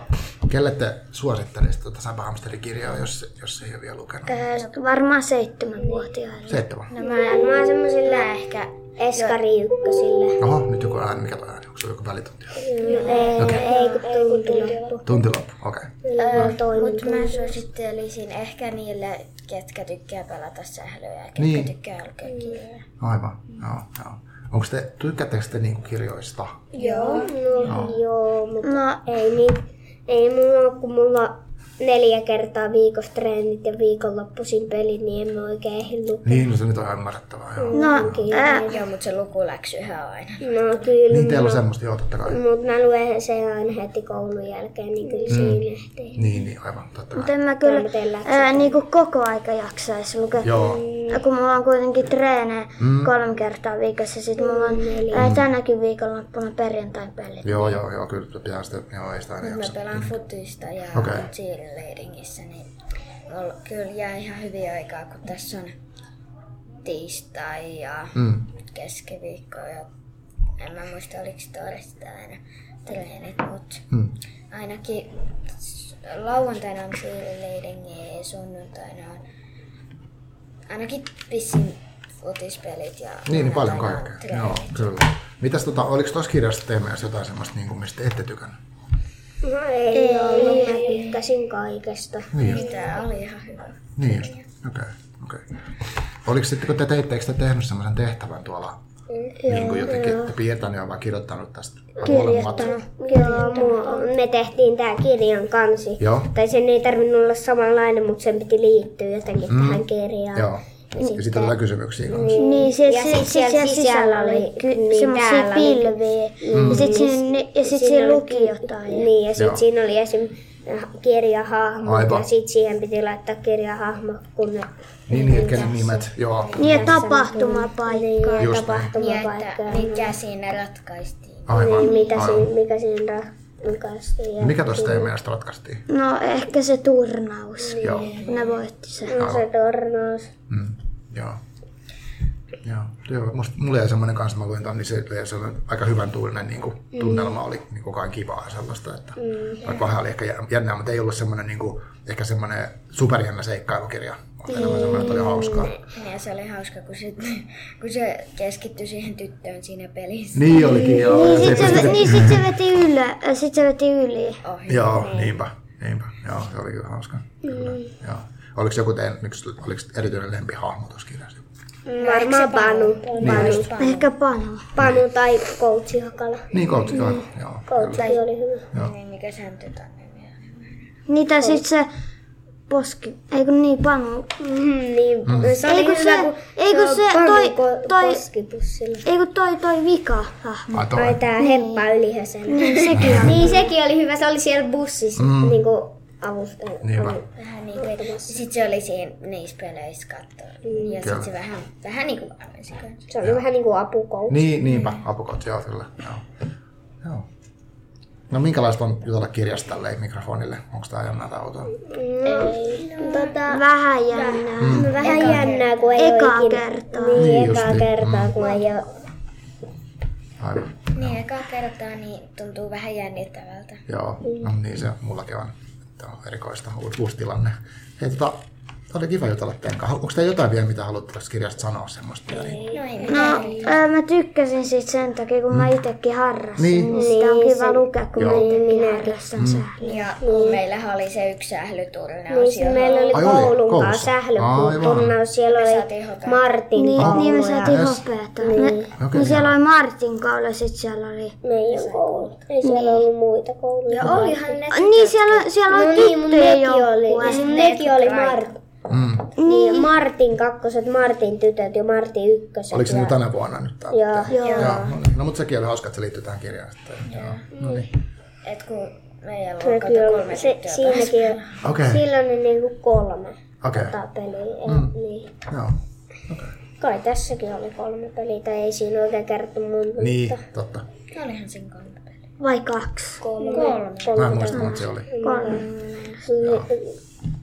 Speaker 1: kelle te suosittelisitte tuota Saba Hamsterin kirjaa, jos, jos ei ole vielä lukenut?
Speaker 2: Varmaan seitsemänvuotiaille.
Speaker 1: Seitsemän.
Speaker 2: No mä, Äh, mä oon semmoisilla ehkä eskari ykkösille.
Speaker 1: Oho, nyt joku ääni. Mikä toi ääni? Onko se joku välitunti?
Speaker 2: Ei, ei kun tunti loppu.
Speaker 1: Tunti loppu, okei.
Speaker 2: Öö,
Speaker 7: Mut mä suosittelisin ehkä niille, ketkä tykkää pelata sählöä ja ketkä
Speaker 1: Niin.
Speaker 7: tykkää lukea kirjoja.
Speaker 1: No Aivan, joo, joo. Onko te, tykkäättekö te niinku kirjoista?
Speaker 2: No, joo, mutta no. ei, niin, ei mulla ole, kun mulla on neljä kertaa viikossa treenit ja viikonloppuisin pelit, niin en mä oikein ehdi lukea.
Speaker 1: Niin, no se nyt on ihan ymmärrettävää, joo.
Speaker 2: No, äh.
Speaker 7: Joo, mut se lukuläksyhän on aina.
Speaker 2: no kyllä,
Speaker 1: Niin teillä on semmoista, joo, totta kai.
Speaker 2: mutta mä luen sen aina heti koulun jälkeen, niin kyllä mm. siinä ehtii.
Speaker 1: Niin, niin, aivan, totta kai.
Speaker 8: En mä kyllä ää, niinku koko aika jaksaisi lukea.
Speaker 1: Joo,
Speaker 8: Kun mulla on kuitenkin treenejä
Speaker 2: Mm.
Speaker 8: kolme kertaa viikossa, sit mulla on ää, tänäkin viikonloppuna perjantain pelit.
Speaker 1: joo, joo, joo, kyllä pitää sitä, joo, ei sitä aina
Speaker 7: Mä
Speaker 1: jaksa.
Speaker 7: pelaan futista ja
Speaker 1: Okei.
Speaker 7: okay. cheerleadingissä, niin mulla kyllä jää ihan hyvin aikaa, kun tässä on tiistai ja
Speaker 1: Mm.
Speaker 7: keskiviikko ja en mä muista oliko torstaina treenit, mut
Speaker 1: Mm.
Speaker 7: ainakin s- lauantaina on cheerleadingia ja sunnuntaina on ainakin pissin futispelit ja
Speaker 1: Niin, niin paljon
Speaker 7: maanantaina on
Speaker 1: kaikkea.
Speaker 7: treenit.
Speaker 1: Joo, kyllä. Mitäs tota, oliko tuossa kirjassa teemässä jotain semmoista, niin kuin, mistä ette tykännyt?
Speaker 2: No ei, ei ollut, mä tykkäsin kaikesta.
Speaker 1: Niin just,
Speaker 7: Tää oli ihan hyvä.
Speaker 1: niin just. Okei, okei. Oliko sitten, kun te teitte, eikö te tehnyt semmoisen tehtävän tuolla? Niin kuin jotenkin, että piirtänyt ja vaan kirjoittanut tästä? Kirjoittanut.
Speaker 2: Joo, mua, me tehtiin tää kirjan kansi.
Speaker 1: Joo.
Speaker 2: Tai sen ei tarvinnut olla samanlainen, mutta sen piti liittyä jotenkin mm. tähän kirjaan.
Speaker 1: Joo. Ja sitten oli kysymyksiä kanssa.
Speaker 8: Niin,
Speaker 2: Ja
Speaker 8: siellä, ja
Speaker 2: sit
Speaker 8: siellä, siellä, siellä sisällä oli ky-
Speaker 2: niin
Speaker 8: semmosia
Speaker 2: täällä oli- Mm.
Speaker 8: pilviä. Ja sit siinä, ja sit siinä luki jotain.
Speaker 2: Niin, ja
Speaker 1: Joo.
Speaker 2: sitten siinä oli esim. kirjahahmo,
Speaker 1: Aivan.
Speaker 2: ja sitten siihen piti laittaa kirjahahmo, kun ne
Speaker 1: Niin, niin, että kenen nimet. Joo.
Speaker 8: Niin, ja tapahtumapaikka. Niin,
Speaker 2: niin,
Speaker 1: Just näin.
Speaker 7: Ja
Speaker 2: tapahtumapaikka,
Speaker 7: että mikä siinä ratkaistiin.
Speaker 1: Aivan.
Speaker 2: niin, mitä
Speaker 1: aivan.
Speaker 2: siinä, mikä siinä ratkaistiin. Ja
Speaker 1: Mikä tuossa teidän mielestä ratkaistiin?
Speaker 8: No, ehkä se turnaus.
Speaker 1: Joo.
Speaker 2: Niin.
Speaker 8: Ne voitti sen.
Speaker 2: no, se tornaus.
Speaker 1: Mm. Joo. Joo, joo. Musta, mulla jäi semmoinen kanssa, mä luin ton, niin se jäi sellainen aika hyvän tuulinen niin kuin, tunnelma oli niin koko ajan kivaa ja sellaista. Että, mm, vaikka vähän oli ehkä jä- jännää, mutta ei ollut semmoinen niin kuin, ehkä semmoinen superjännä seikkailukirja. Mutta enemmän semmoinen, että oli hauskaa.
Speaker 7: Ja se oli hauska, kun se, kun se keskittyi siihen tyttöön siinä pelissä.
Speaker 1: Niin olikin, joo.
Speaker 8: Niin,
Speaker 1: Se
Speaker 8: sit se,
Speaker 1: pystyi-
Speaker 8: ve- niin sit se veti yli. Sit se veti yli.
Speaker 7: Ohi.
Speaker 1: Joo, niinpä, niinpä. Joo, se oli kyllä hauska. Kyllä, joo. Oliko joku teidän, yksi- oliko erityinen lempihahmo tuossa kirjassa?
Speaker 2: Varmaan Panu. Panu.
Speaker 8: Ehkä pano.
Speaker 2: Panu tai Koutsi Hakala.
Speaker 1: Niin, koutsi, joo. joo
Speaker 2: Koutsi oli hyvä.
Speaker 7: Niin mikä sen tytön nimi on?
Speaker 8: Niitä sit se poski. Ei kun niin, pano.
Speaker 2: Mm, niin, se
Speaker 8: Ei kun se, ei kun se, toi,
Speaker 7: niinku
Speaker 8: toi,
Speaker 2: Koskipussilla.
Speaker 8: ei kun toi, toi vika. Ah,
Speaker 1: Ai toi.
Speaker 2: Tää
Speaker 7: Niin.
Speaker 2: heppa ylihäsen. Niin,
Speaker 8: sekin on.
Speaker 2: niin sekin oli hyvä, se oli siellä bussissa mm. niinku avustajana.
Speaker 1: Niinpä.
Speaker 7: Vähän niin kuin, sit se oli siinä niissä peleissä kattoon. Ja
Speaker 1: Kyllä.
Speaker 7: sit se vähän, vähän niin kuin valmensi kanssa.
Speaker 2: Se oli vähän niinku apukoulu.
Speaker 1: Niin, niinpä, apukot, joo, kyllä. Joo. joo. No minkälaista on jutella kirjasta tälleen mikrofonille? Onko tää jännää tää outoa?
Speaker 2: Tota,
Speaker 8: Vähän jännää.
Speaker 2: no vähän jännää, kun ei
Speaker 8: Ekaa
Speaker 2: oo ikinä.
Speaker 8: kertaa.
Speaker 2: Niin,
Speaker 1: Niin,
Speaker 2: niin
Speaker 1: just
Speaker 2: ekaa
Speaker 1: niin.
Speaker 2: kertaa, kun ei oo.
Speaker 1: Aivan.
Speaker 7: Niin, ekaa kertaa niin tuntuu vähän jännittävältä.
Speaker 1: Joo, no niin se mullakin on. Tämä on erikoista, uusi, uusi tilanne. Hei, tota, tää oli kiva jutella teidän kanssa. Onko teillä jotain vielä, mitä haluatte tästä kirjasta sanoa semmoista? vielä? Niin,
Speaker 7: No ei
Speaker 8: No, ää, mä tykkäsin sit sen takia, kun mä itekin harrastin,
Speaker 1: Niin.
Speaker 8: niin, niin sitä on
Speaker 2: Niin,
Speaker 8: kiva
Speaker 2: se-
Speaker 8: lukea, kun mä
Speaker 1: Joo.
Speaker 8: itekin harrastan mm.
Speaker 7: Ja kun meillähän oli se yksi sählyturnaus,
Speaker 2: Niin, sit meillä oli
Speaker 1: Ai oli,
Speaker 2: koulun
Speaker 1: koulussa.
Speaker 2: kanssa
Speaker 1: Aivan.
Speaker 2: sählykuntunnaus. Siellä oli
Speaker 7: saatiin hopeaa.
Speaker 2: Martin
Speaker 8: Niin,
Speaker 2: koulu
Speaker 8: niin me
Speaker 2: ja
Speaker 8: saatiin
Speaker 1: Yes.
Speaker 8: hopeata. Niin, me,
Speaker 1: Okei,
Speaker 8: niin siellä
Speaker 1: joo.
Speaker 8: oli Martin koulu, sit siellä oli...
Speaker 2: meidän koulu. Ei siellä ollut muita kouluja.
Speaker 7: Ja olihan ne
Speaker 8: Ah, Niin, siellä, siellä oli
Speaker 2: No niin, mun
Speaker 8: tyttöjen
Speaker 2: neki
Speaker 8: joukkue.
Speaker 2: oli. Ja sitten neki oli Martin.
Speaker 1: Mm.
Speaker 2: Niin. Ja Martin kakkoset, Martin tytöt ja Martin ykköset.
Speaker 1: Oliko se
Speaker 2: ja...
Speaker 1: nyt tänä vuonna nyt tää?
Speaker 2: Joo.
Speaker 1: Joo. No, niin. no mutta sekin oli hauska, että se liittyy tähän kirjaan. Sitten. Joo. No niin.
Speaker 7: Et kun meidän
Speaker 2: Kyllä,
Speaker 7: luokalta kolme
Speaker 2: se,
Speaker 7: tyttöä
Speaker 2: siinäkin on.
Speaker 1: Okei.
Speaker 2: Silloin on niinku kolme
Speaker 1: Okei.
Speaker 2: tota peliä.
Speaker 1: Mm.
Speaker 2: Niin.
Speaker 1: Joo.
Speaker 2: Kai tässäkin oli kolme peliä, tai ei siinä oikein kerrottu monta.
Speaker 1: Niin, totta.
Speaker 7: pääsi. Olihan sen kolme.
Speaker 8: Vai kaksi?
Speaker 2: Kolme. kolme.
Speaker 1: Mä en muista, mutta se oli.
Speaker 2: kolme.
Speaker 9: Mm.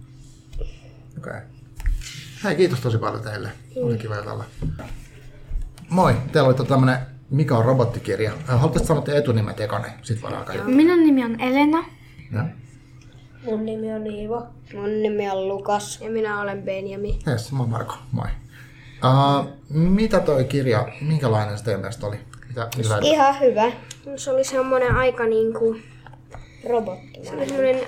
Speaker 1: Okei. Hei, kiitos tosi paljon teille. Oli kiva jutella. Moi, teillä oli tota tämmönen Mika on robottikirja. Äh, Haluaisitko sanoa teidän etunimet ekane? Sitten voidaan kaikki.
Speaker 9: Minun nimi on Elena.
Speaker 1: Joo.
Speaker 3: Mun nimi on Iivo.
Speaker 5: Mun nimi on Lukas. Ja minä olen Benjami.
Speaker 1: Jes, mä oon Marko. Moi. Uh, mitä toi kirja, minkälainen se teidän mielestä oli? Mitä, mitä
Speaker 5: Ihan hyvä.
Speaker 9: Se oli semmoinen aika niinku...
Speaker 7: Robotti.
Speaker 9: Se oli semmoinen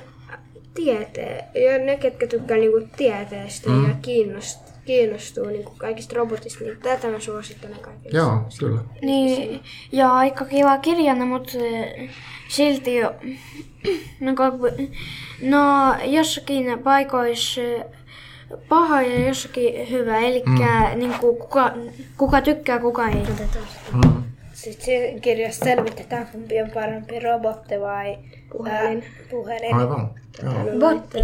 Speaker 9: tieteen. Ja ne, ketkä tykkää niinku tieteestä mm. ja kiinnostuu, kiinnostuu niinku kaikista robotista, niin tätä mä suosittelen
Speaker 5: siis-
Speaker 9: kaikille.
Speaker 1: Joo, kyllä.
Speaker 9: Niin, ja aika kiva kirjana, mutta eh, silti jo. No, kun- no jossakin paikoissa eh, paha ja jossakin hyvä, eli mm. niin kuin kuka, kuka tykkää, kuka ei.
Speaker 1: Mm-hmm.
Speaker 3: Sitten siinä kirjassa selvitetään, kumpi on parempi, robotti vai puhelin. Ää, puhelin.
Speaker 1: Aivan. Joo.
Speaker 9: Botti.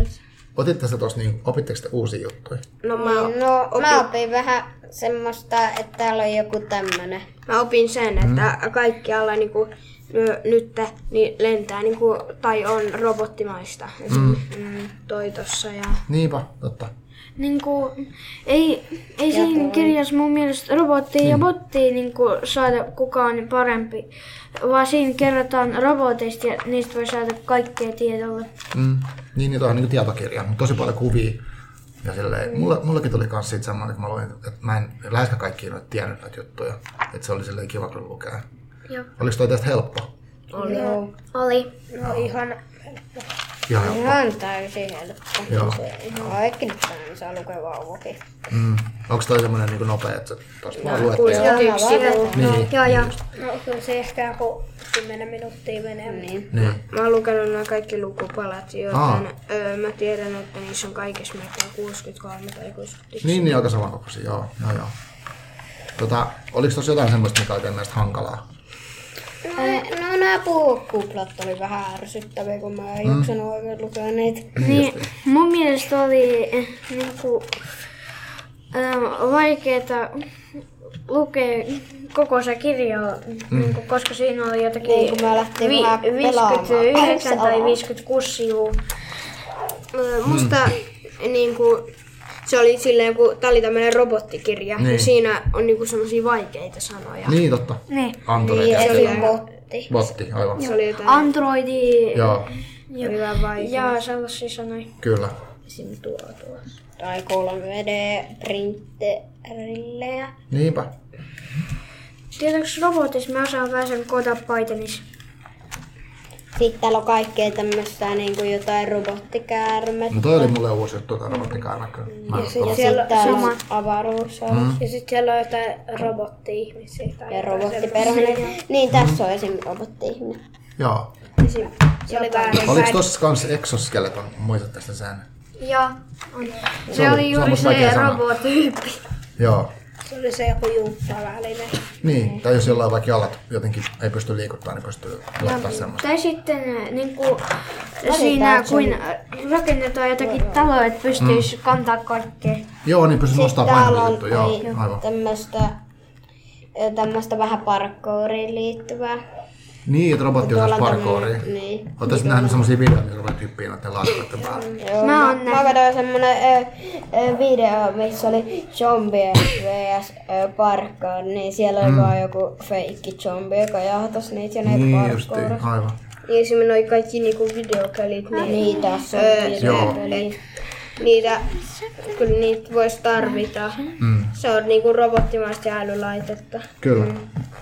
Speaker 1: Otitte se tuossa, niin opitteko te uusia juttuja?
Speaker 5: No mä,
Speaker 7: No, mä opin vähän semmoista, että täällä on joku tämmönen.
Speaker 9: mä opin sen, että kaikkialla niinku, ö, nyt niin lentää niinku, tai on robottimaista. Mm. Toi tossa ja...
Speaker 1: Niinpä, totta.
Speaker 9: niin kuin, ei, ei siinä kirjassa mun mielestä robotti ja botti niin kuin, saada kukaan parempi, vaan siinä kerrotaan roboteista ja niistä voi saada kaikkea tietoa.
Speaker 1: Mm. Niin, niin toi on niin tietokirja, mutta tosi paljon kuvia. Ja silleen, mulle, mullekin tuli myös siitä semmoinen, kun mä luin, että mä en läheskään kaikkiin noita tiennyt näitä juttuja. Että se oli silleen kiva kyllä lukea. Joo. Oliko toi tästä helppo?
Speaker 4: Oli.
Speaker 3: No ihan
Speaker 1: Ihan helppo.
Speaker 7: Ihan täysin helppo.
Speaker 1: Joo.
Speaker 7: Ihan kaikki nyt saa lukea vauvakin.
Speaker 1: Mm. Onko toi semmoinen niin nopea, että sä tosta vaan luet? ja- Niin,
Speaker 8: Joo, joo.
Speaker 3: No kyllä se ehkä joku 10 minuuttia menee. Niin.
Speaker 1: niin.
Speaker 9: Mä oon lukenut nämä kaikki lukupalat, joten
Speaker 1: Aa.
Speaker 9: öö, mä tiedän, että niissä on kaikessa meitä 63 tai 61.
Speaker 1: Niin, niin aika samankokoisia, joo. joo, joo. Tota, oliko tuossa jotain semmoista, mikä oli teidän mielestä hankalaa?
Speaker 7: No, no nämä puhukuplat oli vähän ärsyttäviä, kun mä en mm. jaksanut oikein lukea niitä.
Speaker 9: Niin, mun mielestä oli eh, niinku, ähm, vaikeeta lukea koko se kirja, mm. niinku, koska siinä oli jotakin
Speaker 7: Niin, kun mä lähtin vähän pelaamaan.
Speaker 9: 59 tai
Speaker 7: Pelaamaan.
Speaker 9: 56 sivua.
Speaker 8: Ö, Musta niinku, se oli silleen, kun tää oli tämmönen robottikirja,
Speaker 1: Niin.
Speaker 8: niin siinä on niinku semmosia vaikeita sanoja.
Speaker 1: Niin, totta.
Speaker 9: Niin.
Speaker 1: Anturi
Speaker 7: Niin, se oli
Speaker 1: keskellä.
Speaker 7: botti.
Speaker 1: Botti, aivan.
Speaker 8: Se oli
Speaker 9: Ah,
Speaker 8: jotain
Speaker 9: Androidi
Speaker 1: Joo,
Speaker 9: ja,
Speaker 8: hyvän vaikea.
Speaker 9: ja sellaisia sanoja.
Speaker 1: kyllä.
Speaker 7: Tai 3D-printterillejä.
Speaker 1: Niinpä.
Speaker 9: Tietysti robotissa mä osaan vähän sen kota Pythonissa.
Speaker 7: Sitten täällä on kaikkea tämmöistä niin kuin jotain robottikäärmettä.
Speaker 1: No toi oli mulle uusi juttu, tämä robottikaan näköjään. Mä en
Speaker 7: Ja
Speaker 1: ole
Speaker 7: sitten täällä on avaruus
Speaker 1: Mm.
Speaker 3: Ja sitten siellä on jotain robotti-ihmisiä. Tai
Speaker 7: ja
Speaker 3: jotain
Speaker 7: robottiperhonen. Niin, tässä on esim. robotti-ihminen.
Speaker 1: Joo.
Speaker 3: Se oli vähän
Speaker 1: Oliko tossa kans exoskeleton? Muistatte sitä sen?
Speaker 9: Joo.
Speaker 1: Se, se oli juuri se, se
Speaker 9: Robotyyppi.
Speaker 1: Joo.
Speaker 3: se oli se joku juuppaväline.
Speaker 1: Niin, tai jos jollain vaikka jalat jotenkin ei pysty liikuttaa, niin pystyy laittaa semmoista.
Speaker 9: Tai
Speaker 2: äh,
Speaker 9: sitten niin
Speaker 2: niinku
Speaker 9: kuin, siinä, kun rakennetaan jotakin taloa, että pystyisi kantaa kaikkea.
Speaker 1: Joo, niin pystyy
Speaker 7: Sitten
Speaker 1: nostaa
Speaker 7: täällä
Speaker 1: painoja
Speaker 7: on
Speaker 1: juttuja. Joo,
Speaker 7: niin,
Speaker 1: aivan.
Speaker 7: tämmöistä tämmöistä vähän parkkouriin liittyvää.
Speaker 1: Niin, että robotti on
Speaker 7: Tuolla on
Speaker 1: parkouria.
Speaker 7: tämmönen- niin. Mm,
Speaker 1: Oletko sinä nähnyt semmoisia videoita, missä ruvetaan hyppiä noiden laatikoiden päälle?
Speaker 7: Joo, mä, oon mä katsoin semmonen ö, ö, video, missä oli zombie vs ö, parkkour, niin siellä oli vaan joku feikki zombie, joka jahtas niitä ja ne
Speaker 1: Mm. Niin, justiin,
Speaker 7: parkkour.
Speaker 1: aivan.
Speaker 9: Niin siinä oli kaikki niinku videopelit. Niin.
Speaker 7: Niitä on
Speaker 1: joo.
Speaker 7: peli.
Speaker 9: Niitä, kyllä niitä voisi tarvita.
Speaker 1: Mm,
Speaker 9: Se on niinku robottimaista ja älylaitetta.
Speaker 1: kyllä.
Speaker 7: Mm.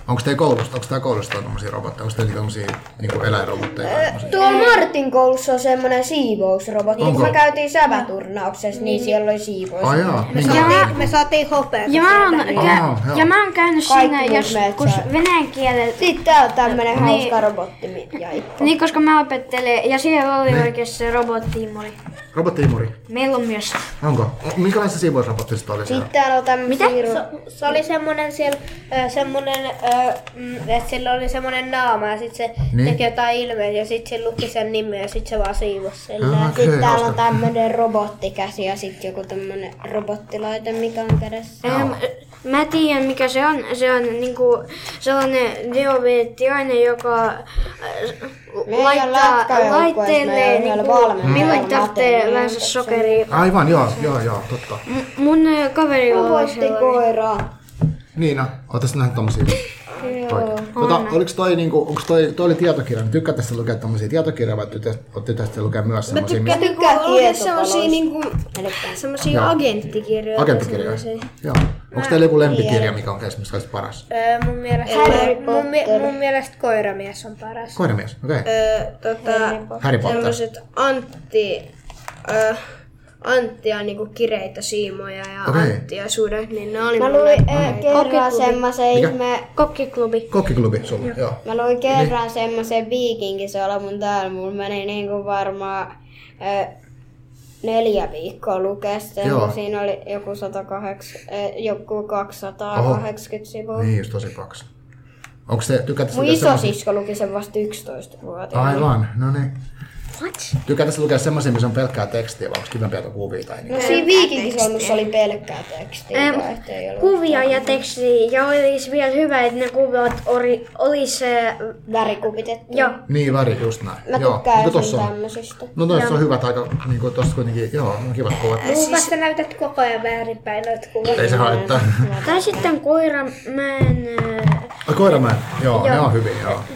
Speaker 1: Onko teillä koulusta, onko tää koulusta tämmöisiä robotteja? Onko teillä tämmöisiä niin eläinrobotteja? tai tommosia?
Speaker 7: Tuolla Martin koulussa on semmoinen siivousrobotti.
Speaker 1: Onko?
Speaker 7: Kun me käytiin säväturnauksessa,
Speaker 9: Mm.
Speaker 7: niin siellä oli siivous.
Speaker 1: Ai jaa, minkälainen?
Speaker 3: Me saatiin hopea.
Speaker 9: Ja mä oon,
Speaker 1: Aa, joo.
Speaker 9: kä- ja mä oon käynyt
Speaker 7: Kaikki
Speaker 9: siinä
Speaker 7: muut
Speaker 9: joskus
Speaker 7: metsää.
Speaker 9: venäjän kielellä.
Speaker 7: Sitten tää on tämmönen
Speaker 9: Niin.
Speaker 7: hauska robotti mi- ja ikku.
Speaker 9: Niin, koska mä opettelen, ja siellä oli oikeassa robottiimoli.
Speaker 1: Robottiimuri.
Speaker 2: Meillä on myös.
Speaker 1: Onko? Minkälaista siivousrobotti sitten oli siellä?
Speaker 9: Sitten aloitamme Mitä?
Speaker 10: Se-
Speaker 9: Se, se oli semmonen siellä, ö, semmonen, ö, mm, että sillä oli semmonen naama ja sit se
Speaker 1: Niin.
Speaker 9: niin. teki jotain ilmeä ja sit se luki sen nimen ja sit se vaan siivosi sen.
Speaker 1: Ah, okei,
Speaker 7: Sitten täällä on
Speaker 1: hauska.
Speaker 7: tämmönen robottikäsi ja sitten joku tämmönen robottilaite, mikä on kädessä.
Speaker 2: Ähm, mä tiedän mikä se on. Se on niinku sellainen diabeettiainen, joka äh,
Speaker 7: ei ole
Speaker 2: laittaa
Speaker 7: lätkäjoukkueessa, meillä on
Speaker 2: laitteelle
Speaker 7: yhdellä
Speaker 2: niinku,
Speaker 7: valmentajalla
Speaker 2: miljoittajatteen
Speaker 7: materiaalilla.
Speaker 2: vähän sokeria.
Speaker 1: Aivan, joo, joo, joo, totta.
Speaker 2: M- mun äh, kaveri on sellainen.
Speaker 7: koiraa.
Speaker 1: Niina, oot tässä nähnyt tommosia? Joo. Tota, oliks toi, niinku, onks toi, toi oli tietokirja, niin tykkäätte te lukea tommosia tietokirjoja vai tykkäätte tykkäätte lukea myös semmosia? Mä
Speaker 7: Tykkää tietotalous.
Speaker 5: niinku,
Speaker 1: Joo.
Speaker 5: semmosia agenttikirjoja.
Speaker 1: Agenttikirjoja. Joo. Onko teillä joku lempikirja, mikä on esimerkiksi kaikista paras?
Speaker 9: Ö, mun, mielestä,
Speaker 7: Harry
Speaker 9: mun, mi- mun mielestä koiramies on paras.
Speaker 1: Koiramies, okei. Okay.
Speaker 5: Öö, tota,
Speaker 1: Harry Potter.
Speaker 5: Tämmöiset Antti, öö, Anttia niinku kireitä siimoja ja
Speaker 1: Okei.
Speaker 5: okay. Anttia suudet, niin ne oli
Speaker 7: Mä
Speaker 5: mulle-
Speaker 7: luin äh, kerran semmoisen
Speaker 1: Mikä?
Speaker 7: ihme...
Speaker 2: Kokkiklubi.
Speaker 1: Kokkiklubi sulla, joo. joo.
Speaker 7: Mä luin kerran
Speaker 1: Niin.
Speaker 7: semmoisen viikinkisolmun täällä. Mulla meni niinku varmaan äh, neljä viikkoa lukea sen.
Speaker 1: Joo.
Speaker 7: kun Siinä oli joku, 108, äh, joku 280 sivua.
Speaker 1: Niin, just tosi paksu. Onko te, tykkäätte
Speaker 7: Mun
Speaker 1: lukea semmosia?
Speaker 7: isosisko luki sen vasta 11-vuotiaana.
Speaker 1: Aivan, no niin. What? Tykkäätte lukea semmosia, missä on pelkkää tekstiä, vai onko kivempiä jotain kuvia tai niinku?
Speaker 7: No
Speaker 5: Äh,
Speaker 7: siinä viikinkisolmussa oli pelkkää tekstiä.
Speaker 2: Em,
Speaker 7: Em, ei ollut.
Speaker 2: Kuvia ja tekstiä. Ja olisi vielä hyvä, että ne kuvat ori, olisi... Äh,
Speaker 7: Värikupitettu.
Speaker 2: joo.
Speaker 1: Niin, väri, just näin.
Speaker 7: Mä
Speaker 1: joo.
Speaker 7: tykkään
Speaker 1: Niinku
Speaker 7: esim.
Speaker 1: tossa on.
Speaker 7: tämmöisistä.
Speaker 1: No tossa on hyvät aika, niinku tossa kuitenkin, joo, on kivat kuvat.
Speaker 9: Mun siis... sä näytät koko ajan väärinpäin noita kuvia.
Speaker 1: Ei se haittaa.
Speaker 2: No, Tai sitten koiramäen... Äh,
Speaker 1: Ai koiramäen, joo, ne on hyviä, joo.
Speaker 2: Siis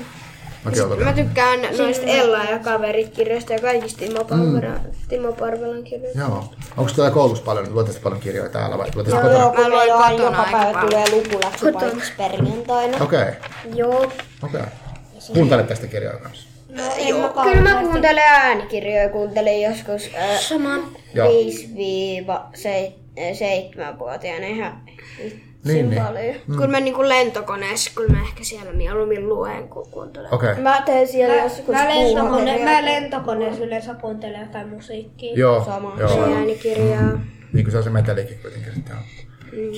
Speaker 1: Mäkin otan.
Speaker 5: Mä tykkään noista Ella ja kaverit kirjoista ja kaikista Timo, Parvela, Timo Parvelan kirjoista.
Speaker 1: Joo. Onko täällä koulussa paljon, luetteko paljon kirjoja täällä vai luetteko kotona?
Speaker 7: Joo, kun
Speaker 5: Mä
Speaker 7: meillä
Speaker 5: luen
Speaker 7: on
Speaker 5: kotona
Speaker 7: joka
Speaker 5: aika
Speaker 7: päivä
Speaker 5: paljon.
Speaker 7: tulee lukuläksy paitsi perjantaina.
Speaker 1: Okei, okay.
Speaker 2: joo.
Speaker 1: okei. Okay. Kuuntelette sitä kirjoja kanssa?
Speaker 7: Kyllä mä kuuntelen äänikirjoja, kuuntelen joskus
Speaker 2: Sama.
Speaker 1: Joo.
Speaker 2: Niin,
Speaker 7: 5-7-vuotiaana ihan
Speaker 1: Niin, niin.
Speaker 2: Mm. Kun mä niinku lentokoneessa, kun mä ehkä siellä mieluummin luen, kun kuuntelen.
Speaker 1: Okei. Okay.
Speaker 7: Mä teen siellä joskus
Speaker 9: Mä, lentokone, mä lentokoneessa yleensä kuuntelen jotain musiikkia.
Speaker 1: Joo, joo.
Speaker 2: Äänikirjaa.
Speaker 1: Niin kuin se on se metelikin kuitenkin sitten. joo.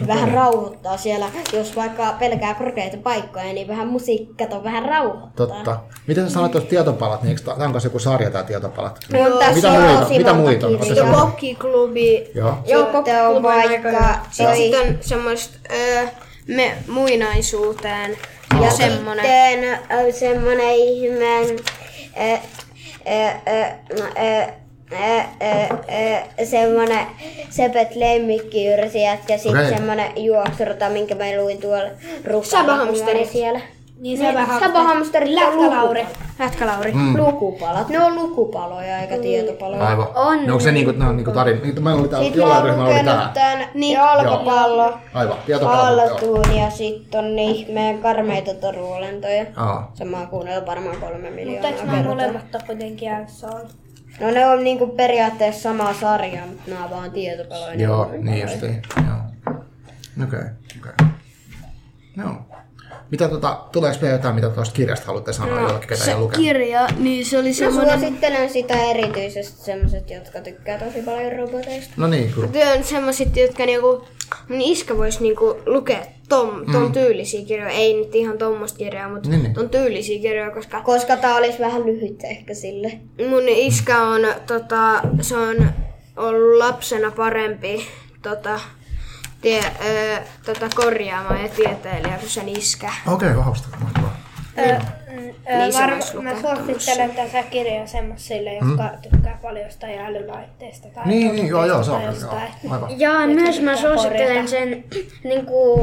Speaker 7: Vähän rauhoittaa siellä, jos vaikka pelkää korkeita paikkoja, niin vähän musiikka on vähän rauhoittaa.
Speaker 1: Totta. Miten sä sanoit tuosta tietopalat, niin eikö tää- tää onko se joku sarja tää tietopalat?
Speaker 7: On tässä
Speaker 1: Mitä
Speaker 7: jo
Speaker 1: muita?
Speaker 7: tosi
Speaker 1: Mitä
Speaker 7: monta
Speaker 1: muita? Ootte
Speaker 7: kirjaa.
Speaker 1: semmoinen?
Speaker 5: Kokkiklubi.
Speaker 1: Joo.
Speaker 7: Sitten on vaikka toi
Speaker 5: Sitten on semmoista öö, me muinaisuuteen ja semmonen.
Speaker 7: Sitten on äh, semmonen ihmeen... Äh, äh, äh, no, äh, äh, äh, äh, semmonen sepet lemmikkiyrsiät ja sitten
Speaker 1: Okei.
Speaker 7: semmonen juoksurata, minkä mä luin tuolla rukkalla. Sabahamsteri. Siellä.
Speaker 9: Niin
Speaker 7: Sabahamsteri.
Speaker 9: Lätkälauri.
Speaker 2: Lätkälauri.
Speaker 7: Lukupalat. Ne on lukupaloja eikä tietopaloja.
Speaker 1: Aivan. On. No onko se niinku, nää on niinku tarina? Niin, mä olin täällä,
Speaker 7: Sitten mä
Speaker 1: jollain ryhmällä
Speaker 7: oon
Speaker 1: oli
Speaker 7: lukenut
Speaker 1: tää.
Speaker 7: tän jalkapallo.
Speaker 1: Aivan, tietopalat. joo.
Speaker 7: Pallotuun ja sitten on ihmeen karmeita toruolentoja.
Speaker 1: Aa.
Speaker 7: Samaa kuunnella varmaan kolme miljoonaa
Speaker 9: Eikö nämä
Speaker 7: kertaa.
Speaker 9: molemmat ole kuitenkin L-soul?
Speaker 7: No ne on niinku periaatteessa sama sarja, mutta nämä on vaan tietopaloja. ne
Speaker 1: Joo,
Speaker 7: on
Speaker 1: niin
Speaker 7: paljon.
Speaker 1: justiin. Joo. Okei, okei. No. Mitä tota, tuleeko vielä jotain, mitä tuosta kirjasta haluatte sanoa no, jollekin, ketä ei ole lukenut?
Speaker 2: Kirja, niin se oli
Speaker 7: Mä
Speaker 2: semmoinen...
Speaker 7: suosittelen sitä erityisesti semmoset, jotka tykkää tosi paljon roboteista.
Speaker 1: no niin, kun...
Speaker 2: Työ on semmoiset, jotka niinku, mun iskä voisi niinku lukea ton, ton tyylisiä kirjoja. Ei nyt ihan tommoista kirjaa, mutta
Speaker 1: Niin, niin.
Speaker 2: ton tyylisiä kirjoja, koska
Speaker 7: Koska tää olisi vähän lyhyt ehkä sille.
Speaker 2: mun iskä on, tota, se on ollut lapsena parempi tota, tie, ö, tota korjaamaan ja tieteilijä kuin sen iskä.
Speaker 1: Okei, okay, vahvasti. Mahtavaa.
Speaker 9: Öö,
Speaker 2: se
Speaker 9: varma-
Speaker 2: voisi lukea
Speaker 9: mä suosittelen tätä kirjaa semmoisille, jotka tykkää paljon jostain älylaitteista. Tai
Speaker 1: Mm. Niin, niin, joo, joo, se on
Speaker 9: tai
Speaker 1: kyllä.
Speaker 9: jostain.
Speaker 1: Joo. Aivan.
Speaker 11: Ja myös mä
Speaker 9: pitää korjata.
Speaker 11: suosittelen sen
Speaker 2: Niin
Speaker 11: niinku,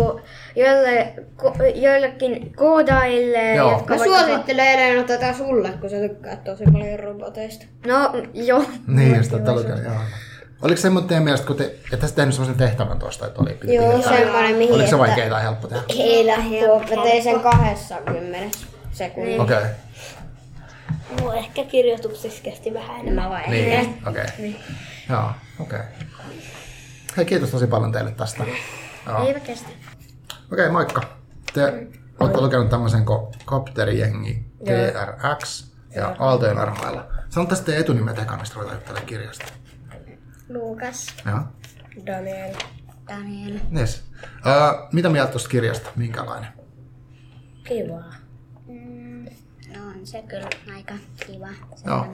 Speaker 11: joille, ko, joillekin koodaille,
Speaker 1: Joo.
Speaker 11: jotka
Speaker 7: Mä
Speaker 11: vaikka-
Speaker 7: suosittelen Elena tätä sulle, kun sä tykkäät tosi paljon roboteista.
Speaker 11: No, joo.
Speaker 1: Niin, sitä tällä kertaa, joo. Oliko semmoinen teidän mielestä, kun te, että sä tehnyt semmoisen tehtävän tuosta, että oli piti
Speaker 7: Joo,
Speaker 1: piirtää?
Speaker 7: semmoinen mihin,
Speaker 1: Oliko se
Speaker 7: että
Speaker 1: vaikea tai helppo tehdä?
Speaker 7: ei lähtöä. Mä tein sen 20 sekunnissa.
Speaker 1: Okei,
Speaker 9: Mulla ehkä kirjoituksessa kesti vähän enemmän.
Speaker 7: Mä vaan
Speaker 1: niin, okei. Joo, okei. Hei, kiitos tosi paljon teille tästä. Joo.
Speaker 11: Ei kestä.
Speaker 1: Okei, moikka. Te olette lukenut tämmöisen kuin Kopterijengi TRX ja Aaltojen armoilla. Sano tästä teidän etunimeä tekanista, ruvetaan tälle kirjasta.
Speaker 7: Luukas.
Speaker 1: Joo.
Speaker 7: Daniel. Daniel.
Speaker 1: Yes. Öö, mitä mieltä tuosta kirjasta? Minkälainen?
Speaker 7: Kivaa. Mm, no on se kyllä aika kiva.
Speaker 1: Joo.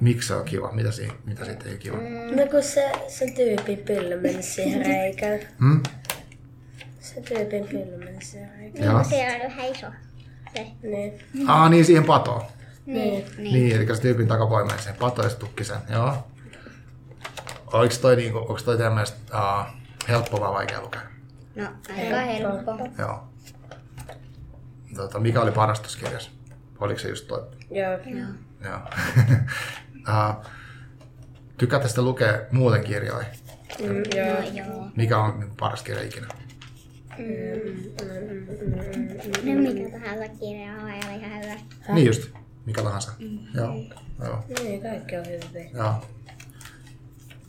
Speaker 1: Miksi se on kiva? Mitä, siinä, mitä siitä ei ole kiva?
Speaker 7: No kun se, se tyypin pylly meni siihen reikään.
Speaker 1: Mm?
Speaker 7: Se tyypin pylly meni siihen reikään.
Speaker 1: Joo.
Speaker 4: on vähän iso.
Speaker 7: Niin.
Speaker 1: Ah, niin siihen patoon.
Speaker 7: Niin.
Speaker 1: Niin. niin, eli se tyypin takapoimeen sen pato ja se tukki sen. Joo. Oliko toi, niinku, onko toi teidän mielestä uh, helppo vai vaikea lukea?
Speaker 7: No aika helppo.
Speaker 1: Joo. Tota, mikä oli paras tuossa kirjassa? Oliko se just toi?
Speaker 7: Joo.
Speaker 1: Joo. uh, tykkäätte sitä lukea muuten kirjoja?
Speaker 7: Mm, joo. Mm, joo.
Speaker 1: Mikä on niinku paras kirja ikinä?
Speaker 7: mm,
Speaker 4: No mikä tahansa kirja on aina ihan hyvä.
Speaker 1: Häh? Niin just. Mikä tahansa. Mm. Joo. Joo.
Speaker 7: Niin, kaikki on hyvin.
Speaker 1: Joo.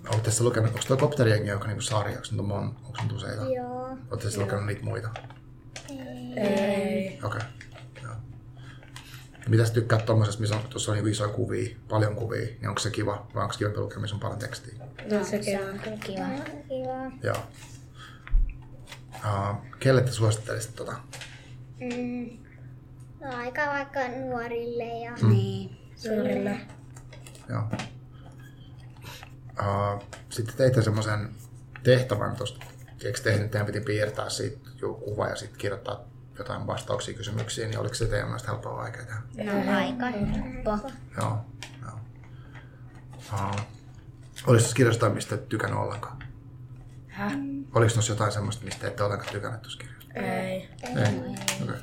Speaker 1: Oletko tässä lukenut, onko tuo kopteriengi joka niinku sarja, onko niitä, mon- onko niitä useita?
Speaker 4: Joo.
Speaker 1: Oletko tässä lukenut niitä muita?
Speaker 7: Ei.
Speaker 1: Okei. Okay. Joo. Mitä sä tykkäät tuommoisesta, missä on, tuossa on niinku isoja kuvia, paljon kuvia, niin onko se kiva vai onko se kivempi lukea, missä on paljon tekstiä?
Speaker 7: No se on kyllä kiva.
Speaker 4: Kiva.
Speaker 1: Joo. Uh, kelle te suosittelisitte tota?
Speaker 4: Mm. No aika vaikka nuorille ja...
Speaker 7: Niin. Suurilla.
Speaker 1: Joo. Uh, sitten teitte semmoisen tehtävän tuosta. Eikö tehnyt, teidän piti piirtää siitä joku kuva ja sitten kirjoittaa jotain vastauksia kysymyksiin, niin oliko se teidän mielestä helppoa vai vaikeaa? tehdä?
Speaker 7: No aika helppo.
Speaker 1: Joo. joo. Uh, oliko tässä kirjassa jotain, mistä et tykännyt ollenkaan?
Speaker 7: Häh?
Speaker 1: Oliko tuossa jotain semmoista, mistä ette ollenkaan tykännyt tuossa kirjassa?
Speaker 7: Ei.
Speaker 1: Ei. Okei. Okay.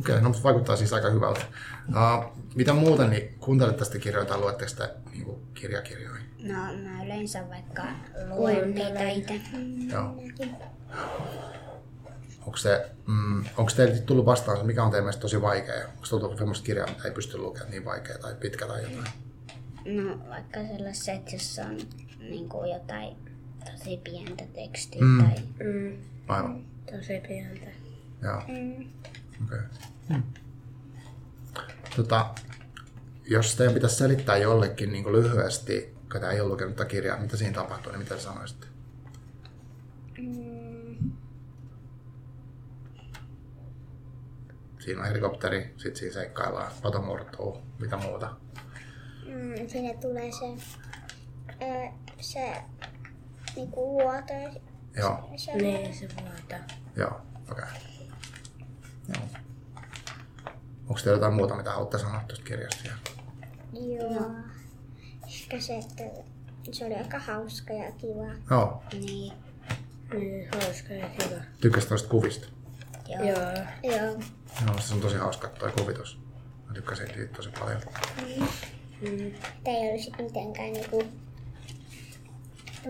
Speaker 1: Okei, no mutta vaikuttaa siis aika hyvältä. Uh, mitä muuten, niin kuuntelette tästä kirjoja tai luetteko sitä niin kuin kirjakirjoja?
Speaker 7: No mä yleensä vaikka luen niitä itse.
Speaker 1: Joo. Onko, se, mm, onko teille tullut vastaan, se, mikä on teidän mielestä tosi vaikea? Onko tullut sellaista kirjaa, mitä ei pysty lukemaan niin vaikea tai pitkä tai jotain?
Speaker 7: No vaikka sellaiset, jossa on niin kuin jotain tosi pientä tekstiä
Speaker 1: Mm.
Speaker 7: tai
Speaker 1: Aivan.
Speaker 7: tosi pientä. Mm.
Speaker 1: Joo. Okei. Tota, jos teidän pitäisi selittää jollekin niin lyhyesti, ketä ei ole lukenut tätä kirjaa, mitä siinä tapahtuu, niin mitä te sanoisitte?
Speaker 7: Mm.
Speaker 1: Siinä on helikopteri, sitten siinä seikkaillaan, pato murtuu, mitä muuta.
Speaker 4: Mm, sinne tulee se, ö, se niinku vuoto.
Speaker 1: Joo,
Speaker 4: Se,
Speaker 7: Niin se vuotaa.
Speaker 1: joo, okei. Okay. Joo. Onko teillä jotain muuta, mitä haluatte sanoa tuosta kirjasta? vielä?
Speaker 4: Joo. Ehkä se, että se oli aika hauska ja kiva.
Speaker 1: Joo,
Speaker 7: Niin. Niin, hauska ja kiva.
Speaker 1: tykkäsit tuosta kuvista?
Speaker 7: Joo. Joo.
Speaker 4: Joo.
Speaker 1: Joo, se on tosi hauska toi kuvitus. Mä tykkäsin siitä tosi paljon.
Speaker 4: Että ei olisi mitenkään niinku,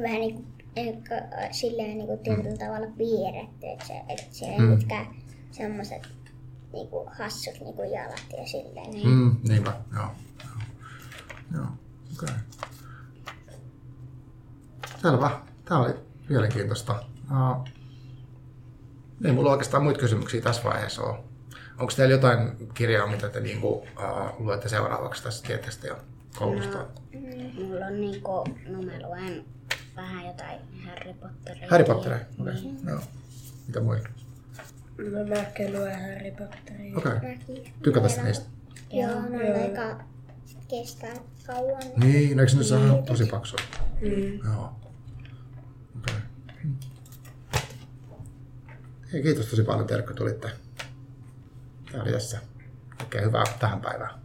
Speaker 4: vähän niinku, niinku silleen niinku tietyllä tavalla piirretty, että se, et se ei
Speaker 1: Mm.
Speaker 4: mitkään semmoset niinku hassut niinku jalat ja silleen. Niin.
Speaker 1: Mm, niinpä, joo. joo. Joo, okei. Okay. Selvä. Tämä oli mielenkiintoista. Uh, ei mulla oikeastaan muita kysymyksiä tässä vaiheessa ole. Onko teillä jotain kirjaa, mitä te niinku, uh, luette seuraavaksi tässä tietysti jo koulusta? No.
Speaker 7: Mulla on niinku, no mä luen vähän jotain Harry Potteria.
Speaker 1: Harry Potter. Okei, okay. joo. Mitä muita?
Speaker 7: No mä ehkä luen Harry Potteria.
Speaker 1: Okei, okay.
Speaker 4: Mäkin.
Speaker 1: tykätä sitä niistä.
Speaker 4: Joo, ne on aika kestää kauan.
Speaker 1: Niin, no eikö ne saa tosi paksua? Mm. Joo. Okay. Hei, kiitos tosi paljon Terkko, tulitte. Tämä oli tässä. Oikein hyvää tähän päivään.